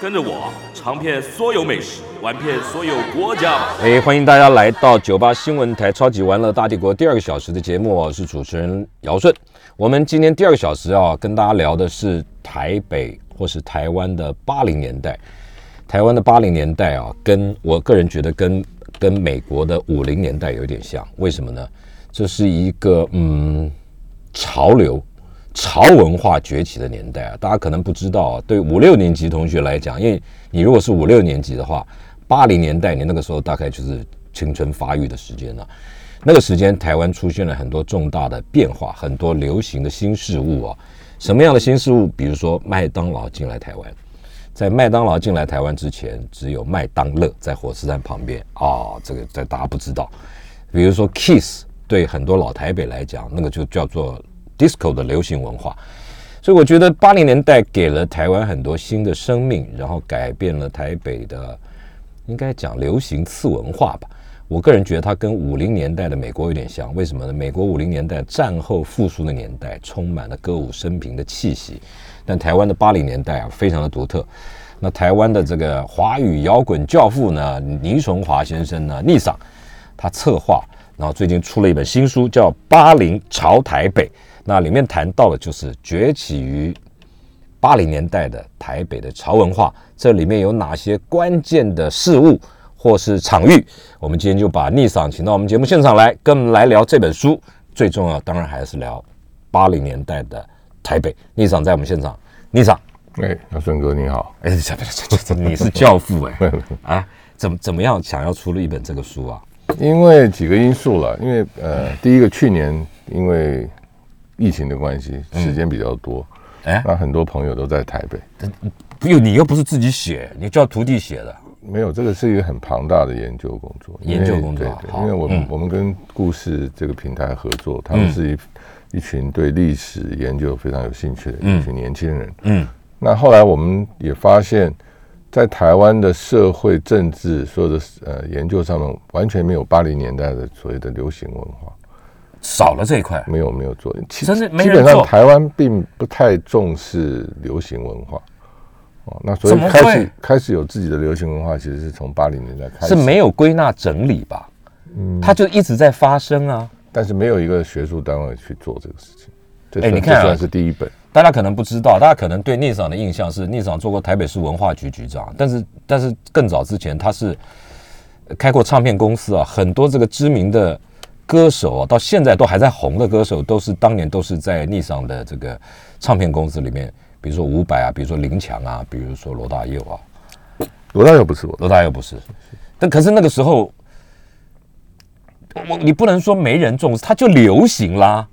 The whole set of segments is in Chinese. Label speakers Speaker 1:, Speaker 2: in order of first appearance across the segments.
Speaker 1: 跟着我尝遍所有美食，玩遍所有国家吧。
Speaker 2: 哎，欢迎大家来到九八新闻台《超级玩乐大帝国》第二个小时的节目我是主持人姚顺。我们今天第二个小时啊，跟大家聊的是台北或是台湾的八零年代。台湾的八零年代啊，跟我个人觉得跟跟美国的五零年代有点像，为什么呢？这是一个嗯潮流、潮文化崛起的年代啊。大家可能不知道啊，对五六年级同学来讲，因为你如果是五六年级的话，八零年代你那个时候大概就是青春发育的时间了、那个时间，台湾出现了很多重大的变化，很多流行的新事物啊。什么样的新事物？比如说麦当劳进来台湾，在麦当劳进来台湾之前，只有麦当乐在火车站旁边啊、这个在大家不知道。比如说 Kiss，对很多老台北来讲，那个就叫做 disco 的流行文化。所以我觉得八零年代给了台湾很多新的生命，然后改变了台北的，应该讲流行次文化吧。我个人觉得它跟五零年代的美国有点像，为什么呢？美国五零年代战后复苏的年代，充满了歌舞升平的气息，但台湾的八零年代啊，非常的独特。那台湾的这个华语摇滚教父呢，倪崇华先生呢，逆嗓，他策划，然后最近出了一本新书，叫《八零朝台北》，那里面谈到的就是崛起于八零年代的台北的潮文化，这里面有哪些关键的事物或是场域？我们今天就把逆嗓请到我们节目现场来，跟我们来聊这本书。最重要，当然还是聊八零年代的台北。逆嗓在我们现场，逆嗓，
Speaker 3: 哎，那顺哥你好，
Speaker 2: 哎，这这这这，你是教父哎、啊，怎么怎么样想要出了一本这个书啊？
Speaker 3: 因为几个因素了，因为呃，第一个去年因为疫情的关系，时间比较多，
Speaker 2: 哎
Speaker 3: 那很多朋友都在台北，
Speaker 2: 不又你又不是自己写，你叫徒弟写的。
Speaker 3: 没有这个是一个很庞大的研究工作，因为
Speaker 2: 研究工作
Speaker 3: 对对
Speaker 2: 好嗯
Speaker 3: 因为我们我们跟故事这个平台合作，他们是一一群对历史研究非常有兴趣的一群年轻人，
Speaker 2: 嗯，
Speaker 3: 那后来我们也发现，在台湾的社会政治所有的呃研究上面，完全没有八零年代的所谓的流行文化。
Speaker 2: 少了这一块。
Speaker 3: 没有没有做，其
Speaker 2: 真的没
Speaker 3: 基
Speaker 2: 人
Speaker 3: 本上
Speaker 2: 做
Speaker 3: 台湾并不太重视流行文化。哦，那所
Speaker 2: 怎
Speaker 3: 以
Speaker 2: 么会
Speaker 3: 开始开始有自己的流行文化，其实是从八零年代开始，嗯
Speaker 2: 是没有归纳整理吧？它就一直在发生啊。
Speaker 3: 但是没有一个学术单位去做这个事情。这
Speaker 2: 哎
Speaker 3: 算
Speaker 2: 你看啊
Speaker 3: 这算是第一本，
Speaker 2: 大家可能不知道，大家可能对聂赏的印象是聂赏做过台北市文化局局长，但是但是更早之前他是呃开过唱片公司啊，很多这个知名的歌手啊，到现在都还在红的歌手，都是当年都是在逆上的这个唱片公司里面，比如说伍佰啊，比如说林强啊，比如说罗大佑啊，
Speaker 3: 罗大佑不是我的，
Speaker 2: 罗大佑不是，但可是那个时候，我你不能说没人重视，它就流行啦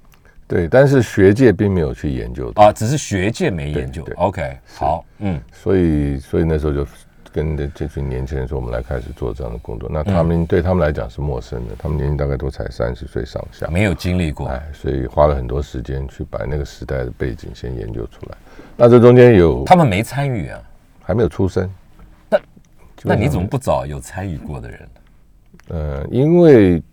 Speaker 3: 对，但是学界并没有去研究它，
Speaker 2: 啊，只是学界没研究
Speaker 3: 对。对
Speaker 2: OK，好，嗯
Speaker 3: 所以所以那时候就跟这这群年轻人说，我们来开始做这样的工作。那他们、
Speaker 2: 嗯
Speaker 3: 对他们来讲是陌生的，他们年龄大概都才三十岁上下，
Speaker 2: 没有经历过，
Speaker 3: 哎，所以花了很多时间去把那个时代的背景先研究出来。那这中间有
Speaker 2: 他们没参与啊。
Speaker 3: 还没有出生，
Speaker 2: 那
Speaker 3: 基
Speaker 2: 那
Speaker 3: 本上
Speaker 2: 你怎么不找有参与过的人？
Speaker 3: 呃，因为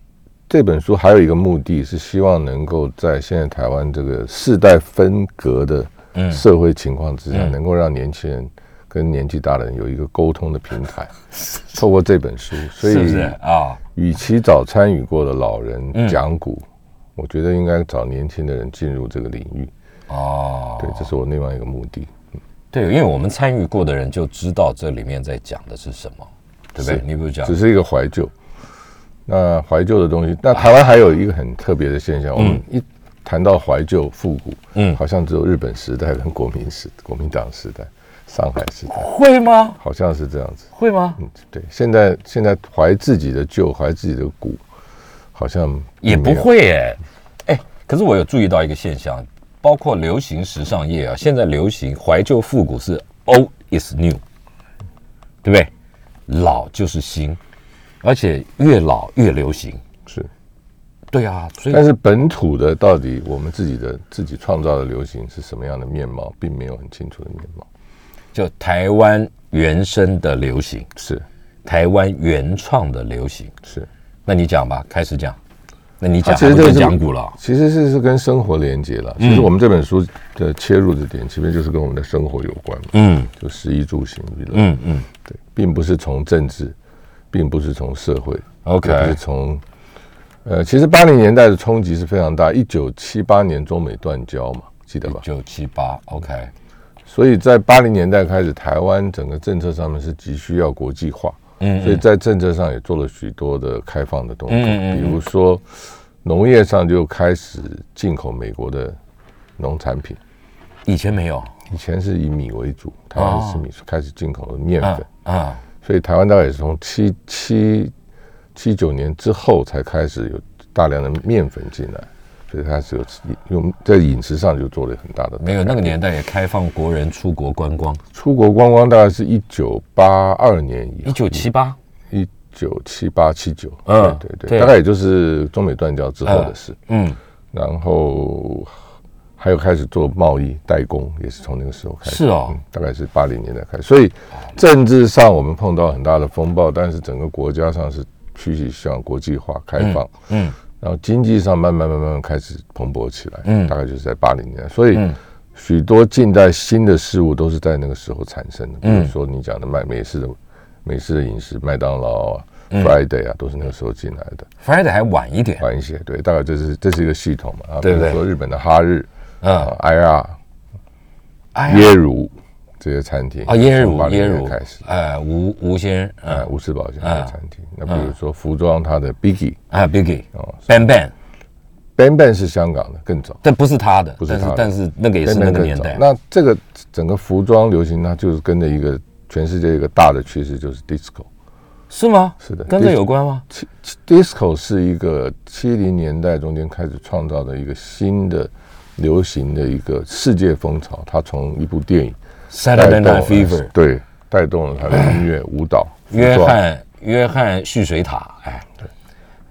Speaker 3: 这本书还有一个目的是希望能够在现在台湾这个世代分隔
Speaker 2: 嗯
Speaker 3: 的社会情况之下，能够让年轻人跟年纪大的人有一个沟通的 平台，透过这本书，所
Speaker 2: 是不是嗯
Speaker 3: 以
Speaker 2: 啊？
Speaker 3: 与其找参与过的老人讲古，我觉得应该找年轻的人进入这个领域。
Speaker 2: 哦，
Speaker 3: 对，这是我另外一个目的。
Speaker 2: 对，因为我们参与过的人就知道这里面在讲的是什么，对不对？
Speaker 3: 是
Speaker 2: 你不是讲
Speaker 3: 只是一个怀旧。那怀旧的东西，那台湾还有一个很特别的现象，我们一谈到怀旧复古，
Speaker 2: 嗯
Speaker 3: 嗯，好像只有日本时代跟国民时、国民党时代、上海时代，
Speaker 2: 会吗？
Speaker 3: 好像是这样子。
Speaker 2: 会吗？
Speaker 3: 嗯，对，现在现在怀自己的旧，怀自己的古，好像
Speaker 2: 也不
Speaker 3: 没有。
Speaker 2: 会耶。哎，可是我有注意到一个现象，包括流行时尚业啊，现在流行怀旧复古是 old is new，对不对？老就是新，而且越老越流行。
Speaker 3: 是。
Speaker 2: 对啊，所以
Speaker 3: 但是本土的到底我们自己的自己创造的流行是什么样的面貌，并没有很清楚的面貌。
Speaker 2: 就台湾原生的流行，
Speaker 3: 是
Speaker 2: 台湾原创的流行。
Speaker 3: 是，
Speaker 2: 那你讲吧，开始讲。那你讲，
Speaker 3: 啊其实
Speaker 2: 我
Speaker 3: 这个
Speaker 2: 就是讲古了。
Speaker 3: 其实是是跟生活连接了。
Speaker 2: 嗯
Speaker 3: 其实我们这本书的切入的点，其实就是跟我们的生活有关嘛，
Speaker 2: 嗯
Speaker 3: 就食衣住行娱乐。
Speaker 2: 嗯嗯，
Speaker 3: 对，并不是从政治，并不是从社会
Speaker 2: OK
Speaker 3: 也不是从，呃，其实八零年代的冲击是非常大。一九七八年中美断交嘛，记得吧？
Speaker 2: 九七八，OK，
Speaker 3: 所以在八零年代开始，台湾整个政策上面是急需要国际化，
Speaker 2: 嗯
Speaker 3: 所以在政策上也做了许多的开放的动作，
Speaker 2: 嗯嗯嗯
Speaker 3: 比如说农业上就开始进口美国的农产品，
Speaker 2: 以前没有
Speaker 3: 以前是以米为主，台湾是吃米，开始进口了面粉。
Speaker 2: 啊，
Speaker 3: 所以台湾大概也是从七七七九年之后才开始有大量的面粉进来，所以开始有用在饮食上就做了很大的
Speaker 2: 没有那个年代也开放国人出国观光。
Speaker 3: 出国观光，大概是一九八二年以
Speaker 2: 一九七八，
Speaker 3: 一九七八七九，
Speaker 2: 嗯
Speaker 3: 对对
Speaker 2: 对
Speaker 3: 对，大概也就是中美断交之后的事。
Speaker 2: 嗯，
Speaker 3: 然后还有开始做贸易代工，也是从那个时候开始。
Speaker 2: 是哦
Speaker 3: 嗯大概是八零年代开始。所以政治上我们碰到很大的风暴，但是整个国家上是趋于向国际化开放。
Speaker 2: 嗯，
Speaker 3: 然后经济上慢慢慢慢慢开始蓬勃起来。
Speaker 2: 嗯
Speaker 3: 大概就是在八零年代，所以
Speaker 2: 嗯
Speaker 3: 许多近代新的事物都是在那个时候产生的。比
Speaker 2: 嗯
Speaker 3: 如说你讲的麦美式的美式的饮食，麦当劳啊。Friday
Speaker 2: 嗯
Speaker 3: 啊，都是那个时候进来的，
Speaker 2: 反正还晚一点。
Speaker 3: 晚一些，对，大概这是这是一个系统嘛，啊，
Speaker 2: 对不对
Speaker 3: 比如说日本的哈日，
Speaker 2: 嗯
Speaker 3: 啊，，埃亚、
Speaker 2: 哎呀，
Speaker 3: 耶鲁这些餐厅
Speaker 2: 啊，耶
Speaker 3: 啊从
Speaker 2: 鲁
Speaker 3: 80
Speaker 2: 耶
Speaker 3: 年代
Speaker 2: 鲁
Speaker 3: 开始，，
Speaker 2: 哎，吴吴先生，
Speaker 3: 哎，
Speaker 2: 嗯
Speaker 3: 吴世宝先生的餐厅。那比如说服装，它的 Biggie
Speaker 2: 啊，Biggie
Speaker 3: 哦
Speaker 2: Bang Bang，
Speaker 3: ，Ban Ban 是香港的，更早
Speaker 2: 但不是他的，
Speaker 3: 不是
Speaker 2: 但
Speaker 3: 他的
Speaker 2: 但是那个也是
Speaker 3: ，Ban
Speaker 2: 那
Speaker 3: Ban
Speaker 2: 个
Speaker 3: 更
Speaker 2: 年
Speaker 3: 早
Speaker 2: 代。。
Speaker 3: 那这个整个服装流行，它就是跟着一个全世界一个大的趋势，就是 disco。
Speaker 2: 是吗？
Speaker 3: 是的
Speaker 2: 跟这有关吗？
Speaker 3: 七七 disco 是一个七零年代中间开始创造的一个新的流行的一个世界风潮，它从一部电影带
Speaker 2: Saturday Night
Speaker 3: 动了
Speaker 2: Fever，
Speaker 3: 对，带动了它的音乐、舞 蹈、服
Speaker 2: 约
Speaker 3: 装。
Speaker 2: 翰约翰蓄水塔，哎，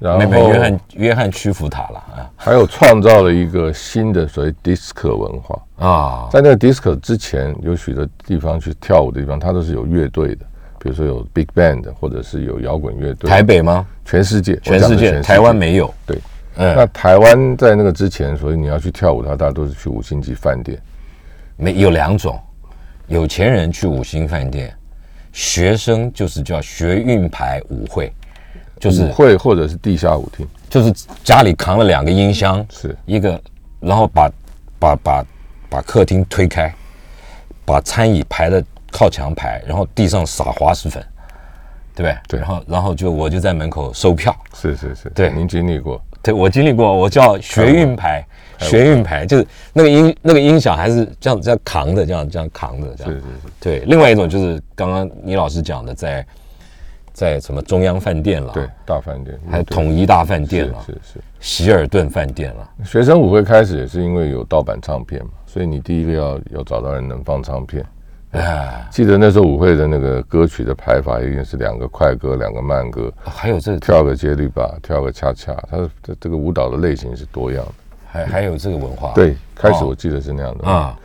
Speaker 3: 然
Speaker 2: 没
Speaker 3: 后
Speaker 2: 没约翰约翰屈服塔了啊
Speaker 3: 还有创造了一个新的所谓 disco 文化。
Speaker 2: 啊，
Speaker 3: 在那个 disco 之前，有许多地方去跳舞的地方，它都是有乐队的，比如说有 big band，或者是有摇滚乐队。
Speaker 2: 台北吗？
Speaker 3: 全世界，
Speaker 2: 全
Speaker 3: 我讲
Speaker 2: 世
Speaker 3: 的
Speaker 2: 界，台湾没有。
Speaker 3: 对。那
Speaker 2: 嗯，
Speaker 3: 台湾在那个之前，所以你要去跳舞的话，大家都是去五星级饭店。
Speaker 2: 没有两种，有钱人去五星饭店，学生就是叫学运牌舞会，就是
Speaker 3: 舞会或者是地下舞厅，
Speaker 2: 就是家里扛了两个音箱，
Speaker 3: 是
Speaker 2: 一个，然后把把把把客厅推开，把餐椅排的靠墙排，然后地上撒滑石粉，对不对？
Speaker 3: 对
Speaker 2: 然后然后就我就在门口收票，
Speaker 3: 是是是，
Speaker 2: 对
Speaker 3: 您经历过，
Speaker 2: 对我经历过，我叫学运牌，学运牌就是那个音那个音响还是这样这样扛的，这样这样扛的，这样
Speaker 3: 是是是，
Speaker 2: 对。另外一种就是刚刚倪老师讲的在，在什么中央饭店了，
Speaker 3: 对，，大饭店，
Speaker 2: 还有
Speaker 3: 对
Speaker 2: 统一大饭店啊
Speaker 3: 是
Speaker 2: 了，
Speaker 3: 是是。
Speaker 2: 希尔顿饭店了。
Speaker 3: 学生舞会开始也是因为有盗版唱片嘛，所以你第一个要要找到人能放唱片。
Speaker 2: 哎，
Speaker 3: 记得那时候舞会的那个歌曲的排法，一定是两个快歌，两个慢歌，
Speaker 2: 还有这
Speaker 3: 跳个接力吧，跳个恰恰，它的这这个舞蹈的类型是多样的。
Speaker 2: 还还有这个文化，
Speaker 3: 对，开始
Speaker 2: 哦
Speaker 3: 我记得是那样的。
Speaker 2: 啊，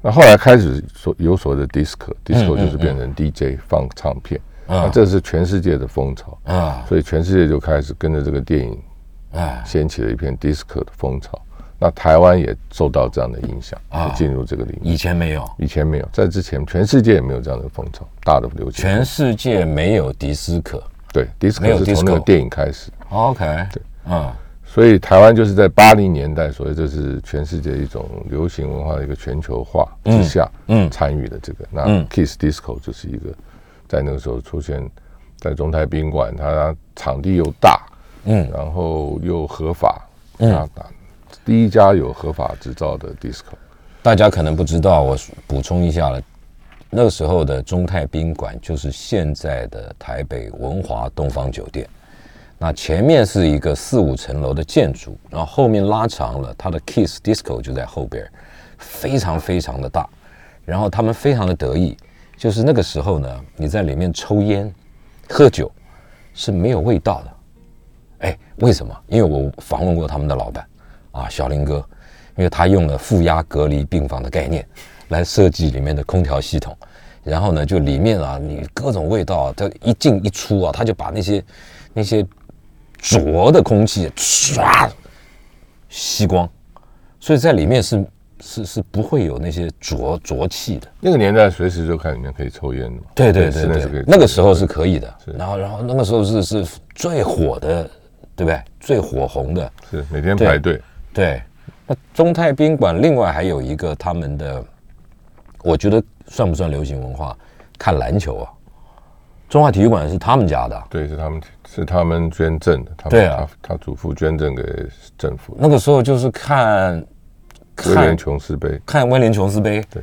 Speaker 3: 那后来开始所有所谓的
Speaker 2: 嗯
Speaker 3: disco，disco 就是变成 DJ 放唱片，那这是全世界的风潮
Speaker 2: 啊，
Speaker 3: 所以全世界就开始跟着这个电影
Speaker 2: 哎
Speaker 3: 掀起了一片 disco 的风潮。那台湾也受到这样的影响，
Speaker 2: 啊
Speaker 3: 也进入这个领域。
Speaker 2: 以前没有，
Speaker 3: 以前没有，在之前全世界也没有这样的风潮，大的流行。
Speaker 2: 全世界没有迪斯科。
Speaker 3: 对
Speaker 2: 没有
Speaker 3: ，disco 是
Speaker 2: disco
Speaker 3: 从那个电影开始，
Speaker 2: OK，对，嗯，
Speaker 3: 所以台湾就是在八零年代，所以这是全世界一种流行文化的一个全球化之下，
Speaker 2: 嗯嗯
Speaker 3: 参与的这个。那
Speaker 2: 嗯
Speaker 3: Kiss Disco 就是一个在那个时候出现在中台宾馆，它场地又大，
Speaker 2: 嗯，
Speaker 3: 然后又合法，嗯，第一家有合法执照的 disco，
Speaker 2: 大家可能不知道，我补充一下了。那个时候的中泰宾馆就是现在的台北文华东方酒店，那前面是一个四五层楼的建筑，然后后面拉长了，它的 Kiss Disco 就在后边儿，非常非常的大。然后他们非常的得意，就是那个时候呢，你在里面抽烟，喝酒是没有味道的。哎，为什么？因为我访问过他们的老板啊，小林哥，因为他用了负压隔离病房的概念来设计里面的空调系统，然后呢，就里面啊，你各种味道啊，它一进一出啊，他就把那些那些浊的空气唰吸光，所以在里面是是是不会有那些浊浊气的。
Speaker 3: 那个年代随时就看里面可以抽烟的嘛，
Speaker 2: 对对对
Speaker 3: 室内是可以
Speaker 2: 对
Speaker 3: 抽，
Speaker 2: 那个
Speaker 3: 烟
Speaker 2: 时候是可以的。然后然后那个时候是是最火的，对不对？最火红的，
Speaker 3: 是每天
Speaker 2: 对
Speaker 3: 排队，
Speaker 2: 对。那中泰宾馆另外还有一个他们的，我觉得算不算流行文化？看篮球啊，中华体育馆是他们家的啊。
Speaker 3: 对，是他们是他们捐赠的，他们
Speaker 2: 对啊
Speaker 3: 他他祖父捐赠给政府的
Speaker 2: 那个时候就是看
Speaker 3: 威廉
Speaker 2: 看
Speaker 3: 琼斯杯，
Speaker 2: 看威廉琼斯杯，
Speaker 3: 对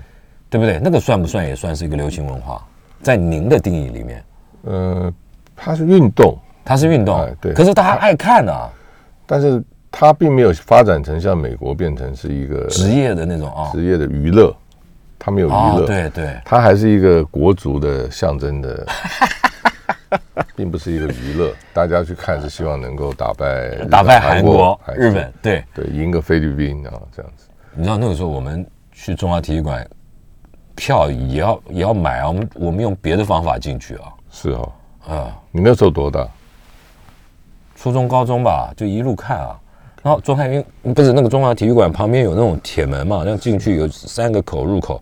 Speaker 2: 对不对？那个算不算也算是一个流行文化？在您的定义里面，
Speaker 3: 呃，它是运动，
Speaker 2: 它是运动
Speaker 3: 哎，对
Speaker 2: 可是大家爱看啊，
Speaker 3: 但是它并没有发展成像美国变成是一个
Speaker 2: 职业的那种啊，
Speaker 3: 职业的娱乐，它没有娱
Speaker 2: 哦
Speaker 3: 乐，，
Speaker 2: 对对，
Speaker 3: 它还是一个国足的象征的， 并不是一个娱乐。大家去看是希望能够打败日本
Speaker 2: 打败韩国、
Speaker 3: 还是
Speaker 2: 日本，对。
Speaker 3: 对，赢个菲律宾啊，这样子。
Speaker 2: 你知道那个时候我们去中华体育馆，票也要也要买啊，我们我们用别的方法进去啊，
Speaker 3: 是哦，
Speaker 2: 啊，
Speaker 3: 你那时候多大？
Speaker 2: 初中高中吧，就一路看啊。然后中泰运不是那个中华体育馆旁边有那种铁门嘛，那进去有三个口入口，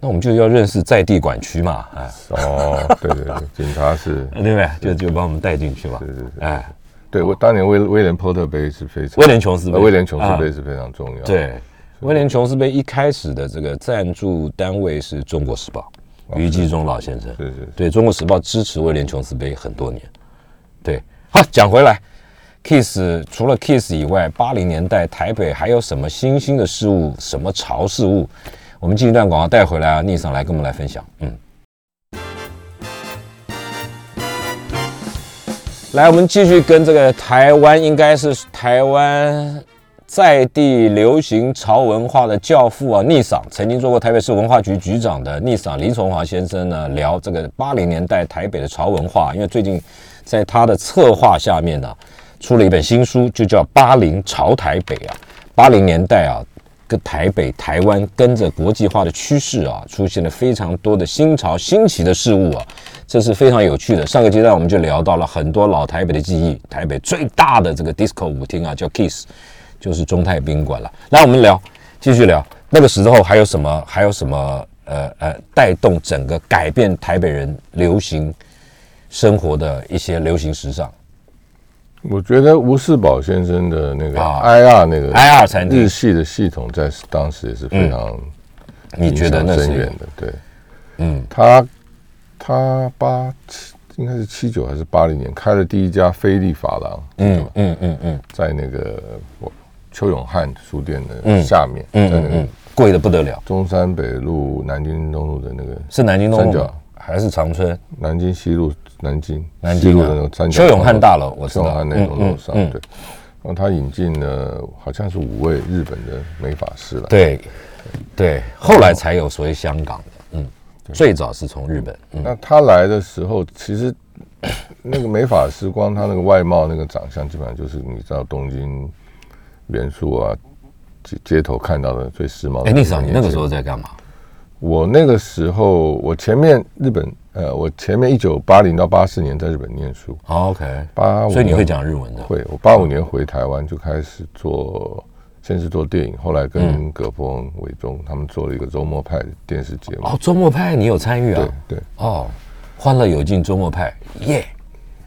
Speaker 2: 那我们就要认识在地管区嘛，哎，
Speaker 3: 哦， 对对对，警察是，
Speaker 2: 对不对？就就把我们带进去嘛，哎，
Speaker 3: 对我当年威威廉波特杯是非常，
Speaker 2: 威廉琼斯杯，
Speaker 3: 呃威廉琼斯
Speaker 2: 啊
Speaker 3: 杯是非常重要。，
Speaker 2: 对，威廉琼斯杯一开始的这个赞助单位是中国时报，于继忠老先生。
Speaker 3: 是是
Speaker 2: 对中国时报支持威廉琼斯杯很多年。对，好，讲回来，Kiss 除了 Kiss 以外，八零年代台北还有什么新兴的事物，什么潮事物？我们进一段广告带回来啊，逆上来跟我们来分享。嗯。来，我们继续跟这个台湾，应该是台湾在地流行潮文化的教父啊，逆赏曾经做过台北市文化局局长的逆赏林崇华先生呢，聊这个八零年代台北的潮文化，因为最近在他的策划下面呢、出了一本新书，就叫《八零潮台北》啊，八零年代啊。跟台北、台湾跟着国际化的趋势啊，出现了非常多的新潮、新奇的事物啊，这是非常有趣的。上个阶段我们就聊到了很多老台北的记忆，台北最大的这个 disco 舞厅啊，叫 Kiss，就是中泰宾馆了。来，我们聊，继续聊那个时候还有什么，还有什么呃呃，带动整个改变台北人流行生活的一些流行时尚。
Speaker 3: 我觉得吴世宝先生的那个
Speaker 2: 啊
Speaker 3: IR 那个
Speaker 2: IR 餐厅
Speaker 3: 日系的系统在当时也是非常
Speaker 2: 嗯你觉得
Speaker 3: 影
Speaker 2: 那
Speaker 3: 响
Speaker 2: 是
Speaker 3: 深远的，对，嗯，他他八七应该是七九还是八零年开了第一家菲利发廊，
Speaker 2: 嗯嗯嗯嗯
Speaker 3: 在那个我邱永汉书店的下面，
Speaker 2: 嗯
Speaker 3: 在
Speaker 2: 嗯
Speaker 3: 那个
Speaker 2: 嗯，贵的不得了，
Speaker 3: 中山北路、南京东路的那个
Speaker 2: 是南京东路
Speaker 3: 三
Speaker 2: 吗
Speaker 3: 角
Speaker 2: 还是长春？
Speaker 3: 南京西路、南京
Speaker 2: 南
Speaker 3: 西
Speaker 2: 京
Speaker 3: 路
Speaker 2: 啊
Speaker 3: 的那个三角
Speaker 2: 邱永汉大楼
Speaker 3: 楼
Speaker 2: 我知
Speaker 3: 邱
Speaker 2: 道
Speaker 3: 永汉那栋楼上，
Speaker 2: 嗯嗯嗯
Speaker 3: 对。然后他引进了好像是五位日本的美发师来，
Speaker 2: 对对，后来才有所谓香港的，嗯，最早是从日本，嗯
Speaker 3: 那他来的时候，其实 那个美发师光他那个外貌、那个长相，基本上就是你知道东京元素啊，街街头看到的最时髦的。
Speaker 2: 哎，逆嫂，你那个时候，在干嘛？
Speaker 3: 我那个时候，我前面日本，呃，我前面一九八零到八四年在日本念书，
Speaker 2: 哦 OK，
Speaker 3: 八五
Speaker 2: 所以你会讲日文的，
Speaker 3: 会，我八五年回台湾就开始做，先是做电影，后来
Speaker 2: 嗯
Speaker 3: 跟葛峰、伟忠他们做了一个周末派的电视节目。
Speaker 2: 哦，周末派你有参与啊
Speaker 3: 对？对
Speaker 2: 哦，欢乐有尽周末派，耶！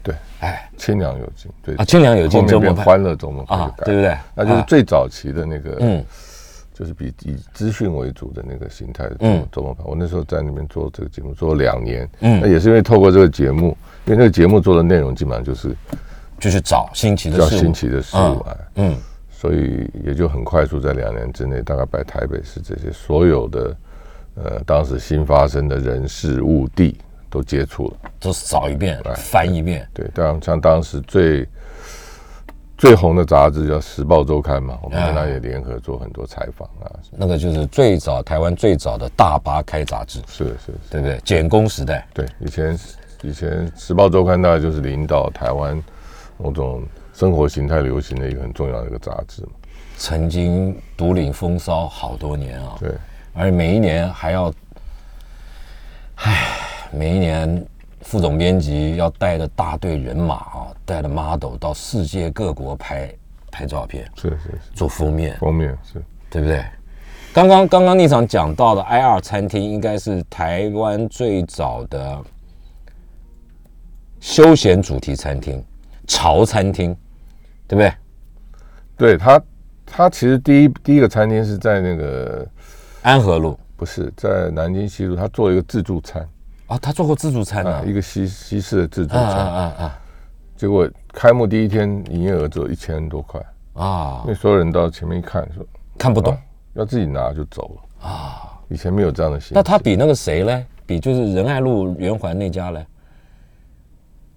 Speaker 3: 对，
Speaker 2: 哎
Speaker 3: 清凉有劲，对
Speaker 2: 啊，清凉有
Speaker 3: 后
Speaker 2: 尽
Speaker 3: 面
Speaker 2: 周末
Speaker 3: 变
Speaker 2: 派
Speaker 3: 欢乐周末派就
Speaker 2: 啊，
Speaker 3: 改
Speaker 2: 对不
Speaker 3: 了
Speaker 2: 对？
Speaker 3: 那就是
Speaker 2: 啊
Speaker 3: 最早期的那个，
Speaker 2: 嗯
Speaker 3: 就是比以资讯为主的那个形态的
Speaker 2: 嗯
Speaker 3: 周末盘。我那时候在那边做这个节目，做了两年，
Speaker 2: 嗯
Speaker 3: 那也是因为透过这个节目，因为那个节目做的内容基本上就是
Speaker 2: 就是找新奇
Speaker 3: 比
Speaker 2: 的
Speaker 3: 较
Speaker 2: 事物，
Speaker 3: 新奇的事物啊，
Speaker 2: 嗯，
Speaker 3: 所以也就很快速在两年之内，大概把台北市这些所有的呃当时新发生的人事物地都接触了。
Speaker 2: 都扫一遍，翻一遍，
Speaker 3: 对，当然像当时最最红的杂志叫《时报周刊》嘛，我们跟他也联合做很多采访啊，
Speaker 2: 那个就是最早台湾最早的大巴开杂志，
Speaker 3: 是是是。
Speaker 2: 对不对？简工时代，
Speaker 3: 对，以前以前《时报周刊》大概就是领导台湾某种生活形态流行的一个很重要的一个杂志嘛。
Speaker 2: 曾经独领风骚好多年啊，
Speaker 3: 对，
Speaker 2: 而每一年还要，唉，每一年副总编辑要带着大队人马啊，带着 model 到世界各国拍拍照片，
Speaker 3: 是是是，
Speaker 2: 做封面，
Speaker 3: 封面是
Speaker 2: 对不对？刚刚刚刚那场讲到的 IR 餐厅，应该是台湾最早的休闲主题餐厅、潮餐厅，对不对？
Speaker 3: 对他，他其实第一第一个餐厅是在那个
Speaker 2: 安和路
Speaker 3: 不是在南京西路，他做了一个自助餐
Speaker 2: 啊，他做过自助餐的、
Speaker 3: 啊，一个西西式的自助
Speaker 2: 啊嗯啊
Speaker 3: 餐，
Speaker 2: 啊
Speaker 3: 结果开幕第一天营业额只有一千多块，
Speaker 2: 啊啊
Speaker 3: 因！为所有人到前面一看说
Speaker 2: 看不懂
Speaker 3: 啊。要自己拿就走了啊，以前没有这样的心情。
Speaker 2: 那他比那个谁嘞？比就是仁爱路圆环那家嘞，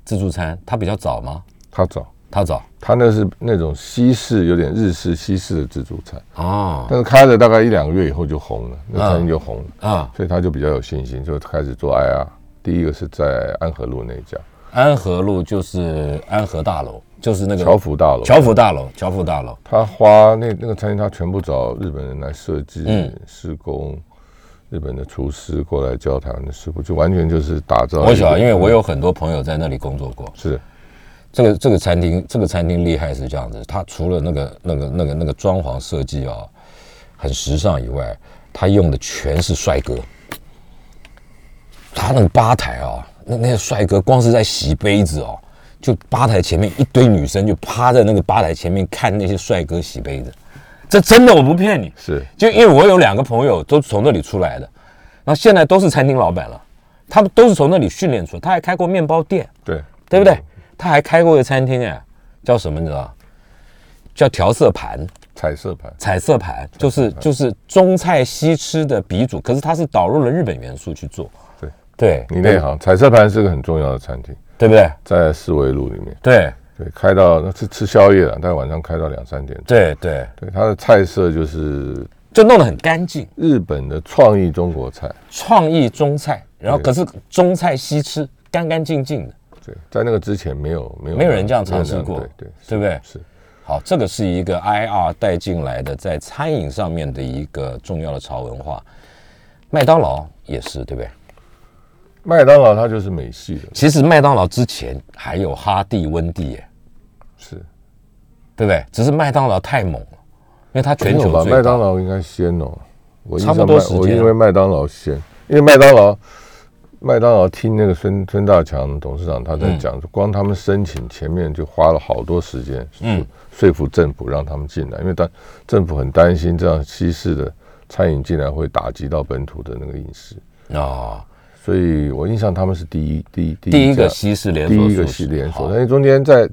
Speaker 2: 自助餐，他比较早吗？
Speaker 3: 他早，
Speaker 2: 他早
Speaker 3: 他那是那种西式有点日式西式的自助餐，
Speaker 2: 哦
Speaker 3: 但是开了大概一两个月以后就红了，那餐厅就红了，
Speaker 2: 啊，
Speaker 3: 所以他就比较有信心，就开始做 IR。第一个是在安和路那一家
Speaker 2: 安和路就是安和大楼，就是那个
Speaker 3: 侨府大楼，
Speaker 2: 侨府大楼，侨府大楼，
Speaker 3: 他花那那个餐厅，他全部找日本人来设计
Speaker 2: 嗯、
Speaker 3: 施工，日本的厨师过来教台湾的师傅，就完全就是打造一个。
Speaker 2: 我晓得，因为我有很多朋友在那里工作过。
Speaker 3: 是
Speaker 2: 这个这个餐厅，这个餐厅厉害是这样子，它除了那个那个那个那个装潢设计啊很时尚以外，它用的全是帅哥。它那个吧台啊，那那些帅哥光是在洗杯子哦，就吧台前面一堆女生就趴在那个吧台前面看那些帅哥洗杯子，这真的我不骗你。
Speaker 3: 是
Speaker 2: 就因为我有两个朋友都是从那里出来的，然后现在都是餐厅老板了，他们都是从那里训练出来。他还开过面包店，
Speaker 3: 对
Speaker 2: 对不对？他还开过一个餐厅，哎，叫什么你知道？叫调色盘，
Speaker 3: 彩色盘，
Speaker 2: 彩色盘，就是就是中菜西吃的鼻祖，可是它是导入了日本元素去做，
Speaker 3: 对
Speaker 2: 对，
Speaker 3: 你内行，彩色盘是个很重要的餐厅，
Speaker 2: 对不对？
Speaker 3: 在四维路里面，
Speaker 2: 对
Speaker 3: 对，开到那是吃宵夜了，但晚上开到两三点。
Speaker 2: 对对，
Speaker 3: 对，它的菜色就是
Speaker 2: 就弄得很干净，
Speaker 3: 日本的创意中国菜。
Speaker 2: 创意中菜，然后
Speaker 3: 对
Speaker 2: 可是中菜西吃，干干净净的，
Speaker 3: 对，在那个之前没有没有
Speaker 2: 没有人这样尝试
Speaker 3: 没有
Speaker 2: 过
Speaker 3: 对对
Speaker 2: 对不对？
Speaker 3: 是
Speaker 2: 好，这个是一个 IR 带进来的在餐饮上面的一个重要的潮文化，麦当劳也是，对不对？
Speaker 3: 麦当劳它就是美系的，
Speaker 2: 其实麦当劳之前还有哈蒂、温蒂耶，
Speaker 3: 是
Speaker 2: 对不对？只是麦当劳太猛了，因为它全
Speaker 3: 没有
Speaker 2: 球
Speaker 3: 吧？
Speaker 2: 最
Speaker 3: 麦
Speaker 2: 大
Speaker 3: 当。劳应该先哦，我印
Speaker 2: 差不
Speaker 3: 象
Speaker 2: 多
Speaker 3: 麦
Speaker 2: 时
Speaker 3: 我
Speaker 2: 间啊
Speaker 3: 因为麦当劳先，因为麦当劳麦当劳听那个孙孙大强董事长他在讲，光他们申请前面就花了好多时间，
Speaker 2: 嗯，
Speaker 3: 说服政府让他们进来，因为担政府很担心这样西式的餐饮进来会打击到本土的那个饮食，
Speaker 2: 哦，
Speaker 3: 所以我印象他们是第一第一第
Speaker 2: 第一
Speaker 3: 家
Speaker 2: 个西式连
Speaker 3: 第
Speaker 2: 锁素食，
Speaker 3: 一个系连锁，
Speaker 2: 好
Speaker 3: 但是中间在，因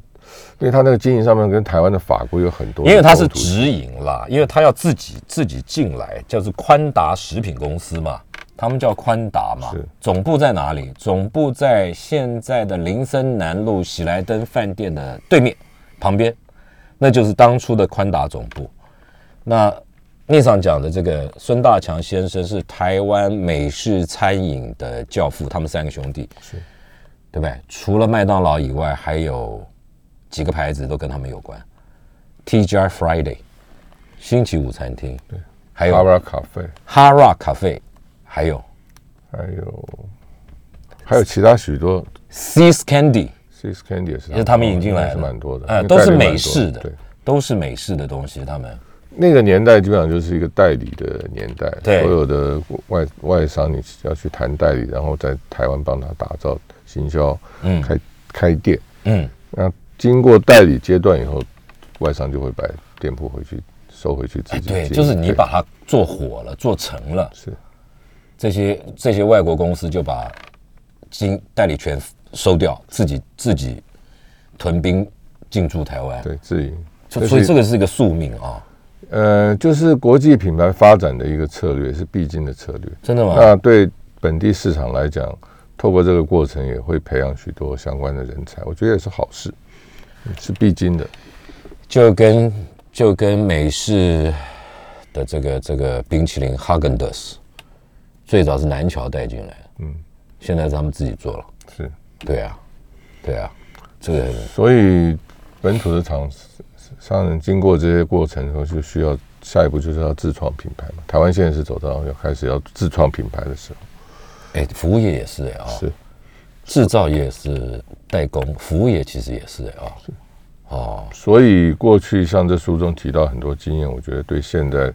Speaker 3: 为它那个经营上面跟台湾的法规有很多的冲突，
Speaker 2: 因为它是直营啦，因为它要自己自己进来，就是宽达食品公司嘛，他们叫宽达嘛
Speaker 3: 是。
Speaker 2: 总部在哪里？总部在现在的林森南路喜来登饭店的对面旁边，那就是当初的宽达总部。那逆上讲的这个孙大强先生是台湾美式餐饮的教父，他们三个兄弟
Speaker 3: 是，
Speaker 2: 对不对？除了麦当劳以外，还有几个牌子都跟他们有关，TGI Friday，星期五餐厅，对，还
Speaker 3: 阿
Speaker 2: 有
Speaker 3: 拉咖啡，
Speaker 2: 哈拉咖啡，还有
Speaker 3: 还有还有其他许多
Speaker 2: Seas Candy，
Speaker 3: ，Six Candy 也是，
Speaker 2: 也是他们引进来的，
Speaker 3: 啊是蛮多的，
Speaker 2: 呃
Speaker 3: 因为
Speaker 2: 都
Speaker 3: 代
Speaker 2: 是
Speaker 3: 理蛮
Speaker 2: 美
Speaker 3: 多
Speaker 2: 式的
Speaker 3: 对，，
Speaker 2: 都是美式的东西，他们
Speaker 3: 那个年代基本上就是一个代理的年代，
Speaker 2: 对
Speaker 3: 所有的外外商你要去谈代理，然后在台湾帮他打造行销，
Speaker 2: 嗯
Speaker 3: 开开店，
Speaker 2: 嗯，
Speaker 3: 那经过代理阶段以后，外商就会把店铺回去收回去自
Speaker 2: 哎，
Speaker 3: 己经
Speaker 2: 对，
Speaker 3: 营、
Speaker 2: 就是你
Speaker 3: 对
Speaker 2: 把它做火了，做成了。
Speaker 3: 是。
Speaker 2: 这些这些外国公司就把经代理权收掉，自己自己屯兵进驻台湾。
Speaker 3: 对，自营。
Speaker 2: 所所以这
Speaker 3: 个
Speaker 2: 个是一个宿命啊，
Speaker 3: 呃，就是国际品牌发展的一个策略，是必经的策略。
Speaker 2: 真的吗？
Speaker 3: 那啊对本地市场来讲，透过这个过程也会培养许多相关的人才，我觉得也是好事，嗯是必经的。
Speaker 2: 就跟就跟美式的这个这个冰淇淋哈根达斯，最早是南侨带进来的，嗯，现在是他们自己做了。
Speaker 3: 是
Speaker 2: 对啊，对啊，这个
Speaker 3: 所以本土的厂商人经过这些过程后，就需要下一步就是要自创品牌嘛。台湾现在是走到要开始要自创品牌的时候，
Speaker 2: 哎，服务业也是哎啊、
Speaker 3: 是
Speaker 2: 制造业是代工，服务业其实也是哎啊、哦，
Speaker 3: 所以过去像这书中提到很多经验，我觉得对现在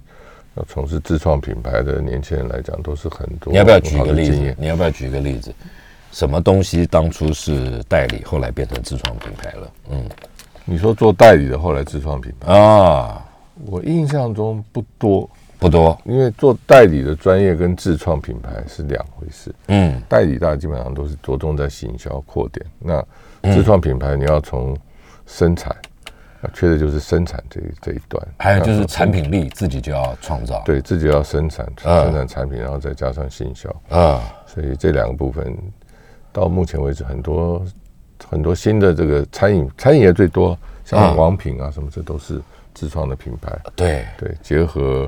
Speaker 3: 要从事自创品牌的年轻人来讲，都是很多。
Speaker 2: 你要不要举一个例
Speaker 3: 经
Speaker 2: 子
Speaker 3: 验？？
Speaker 2: 你要不要举一个例子？什么东西当初是代理，后来变成自创品牌了？嗯
Speaker 3: 你说做代理的后来自创品牌，
Speaker 2: 啊，
Speaker 3: 我印象中不多，
Speaker 2: 不多，
Speaker 3: 因为做代理的专业跟自创品牌是两回事。
Speaker 2: 嗯
Speaker 3: 代理大家基本上都是着重在行销扩点，那自创品牌你要从生产，啊缺的就是生产这一这一端，
Speaker 2: 还有就是产品力自己就要创造，
Speaker 3: 嗯对自己要生产
Speaker 2: 啊
Speaker 3: 生产产品，然后再加上行销，
Speaker 2: 啊，
Speaker 3: 所以这两个部分到目前为止很多很多新的这个餐饮餐饮业最多，
Speaker 2: 啊
Speaker 3: 像王品啊什么，这都是自创的品牌，
Speaker 2: 对，
Speaker 3: 对，结合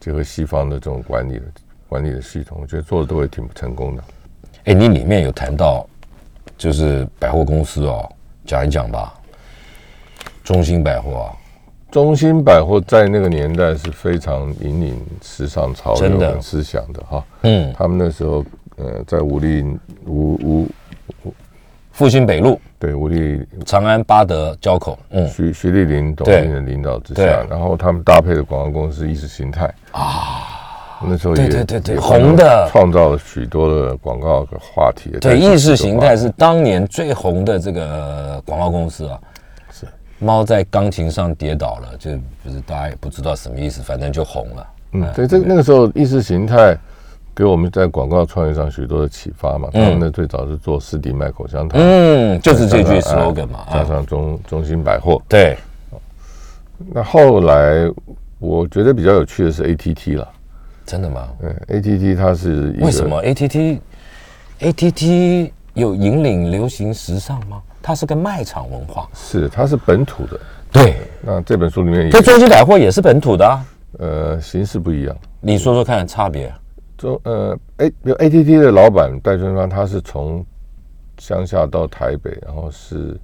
Speaker 3: 结合西方的这种管理的管理的系统，我觉得做的都会挺成功的。
Speaker 2: 哎，你里面有谈到，就是百货公司哦，讲一讲吧，中兴百货啊，
Speaker 3: 中兴百货在那个年代是非常引领时尚潮
Speaker 2: 真
Speaker 3: 流
Speaker 2: 的
Speaker 3: 跟思想的哈。
Speaker 2: 嗯，
Speaker 3: 他们那时候呃，在武力武武
Speaker 2: 复兴北路、
Speaker 3: 对武力
Speaker 2: 长安巴德交口，嗯
Speaker 3: 徐徐立林董
Speaker 2: 对
Speaker 3: 事长的领导之
Speaker 2: 对
Speaker 3: 下，然后他们搭配的广告公司意识形态啊，那时候也
Speaker 2: 对对对对
Speaker 3: 也
Speaker 2: 红的
Speaker 3: 创造了许多的广告的话题。
Speaker 2: 对，
Speaker 3: 但是
Speaker 2: 意识形态
Speaker 3: 这个话
Speaker 2: 是当年最红的这个广告公司啊。
Speaker 3: 是
Speaker 2: 猫在钢琴上跌倒了，就不是大家也不知道什么意思，反正就红了。
Speaker 3: 嗯，对，这个那个时候意识形态给我们在广告创业上许多的启发嘛。他们呢最早是做湿地卖口香糖，
Speaker 2: 嗯，就是这句
Speaker 3: 加上
Speaker 2: slogan 嘛。
Speaker 3: 加
Speaker 2: 啊，
Speaker 3: 上中中兴百货。
Speaker 2: 对，
Speaker 3: 那后来我觉得比较有趣的是 ATT 了，
Speaker 2: 真的吗？
Speaker 3: 嗯，ATT 它是一个
Speaker 2: 为什么 ATT ATT 有引领流行时尚吗？它是个卖场文化。
Speaker 3: 是它是本土的？
Speaker 2: 对，
Speaker 3: 那这本书里面也
Speaker 2: 这中兴百货也是本土的、啊。
Speaker 3: 呃形式不一样。
Speaker 2: 你说说看差别。啊
Speaker 3: 中呃 A 比如 ATT 的老板戴春芳，他是从乡下到台北，然后是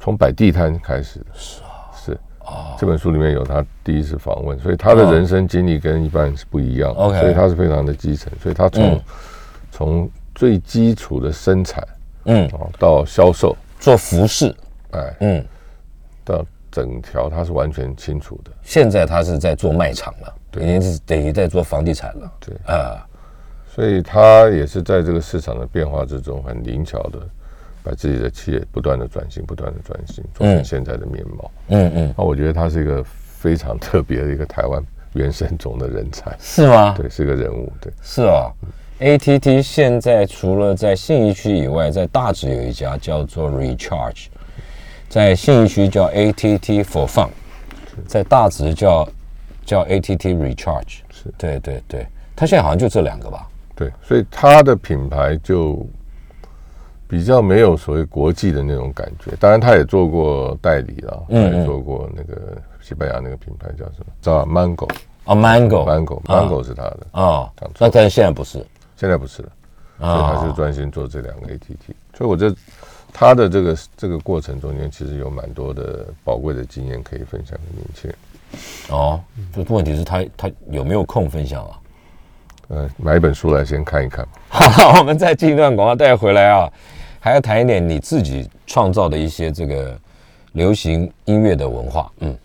Speaker 3: 从摆地摊开始的。是啊，是啊。嗯这本书里面有他第一次访问，所以他的人生经历跟一般人是不一样的。
Speaker 2: OK
Speaker 3: 所以他是非常的基层，所以他
Speaker 2: 嗯
Speaker 3: 从从最基础的生产
Speaker 2: 嗯，
Speaker 3: 哦到销售，
Speaker 2: 做服饰，
Speaker 3: 哎，
Speaker 2: 嗯，
Speaker 3: 到整条他是完全清楚的，
Speaker 2: 现在它是在做卖场了，已
Speaker 3: 对
Speaker 2: 经是等于在做房地产了。
Speaker 3: 对
Speaker 2: 啊，
Speaker 3: 所以他也是在这个市场的变化之中很灵巧的，把自己的企业不断的转型，不断的转型，做成现在的面貌。
Speaker 2: 嗯嗯，
Speaker 3: 那我觉得他是一个非常特别的一个台湾原生种的人才，
Speaker 2: 是吗？
Speaker 3: 对，是个人物，对，
Speaker 2: 是哦。ATT 现在除了在信义区以外，在大直有一家叫做 Recharge，在信义区叫 ATT for Fun，在大直叫叫 ATT Recharge。
Speaker 3: 是
Speaker 2: 对对对，它现在好像就这两个吧。
Speaker 3: 对，所以他的品牌就比较没有所谓国际的那种感觉。当然，他也做过代理啊，他
Speaker 2: 嗯嗯
Speaker 3: 也做过那个西班牙那个品牌叫什么？叫 Mango。
Speaker 2: 哦，Mango，
Speaker 3: Mango
Speaker 2: 啊
Speaker 3: Mango 是他的，
Speaker 2: 哦
Speaker 3: 讲，错
Speaker 2: 那但是现在不是
Speaker 3: 现在不是了，所以他
Speaker 2: 啊
Speaker 3: 就。专心做这两个 ATT。所以我这他的这个这个过程中间，其实有蛮多的宝贵的经验可以分享给年轻人。
Speaker 2: 哦，这问题是他他有没有空分享啊？
Speaker 3: 呃，买一本书来先看一看。
Speaker 2: 好了，我们再进一段广告带回来啊，还要谈一点你自己创造的一些这个流行音乐的文化。嗯，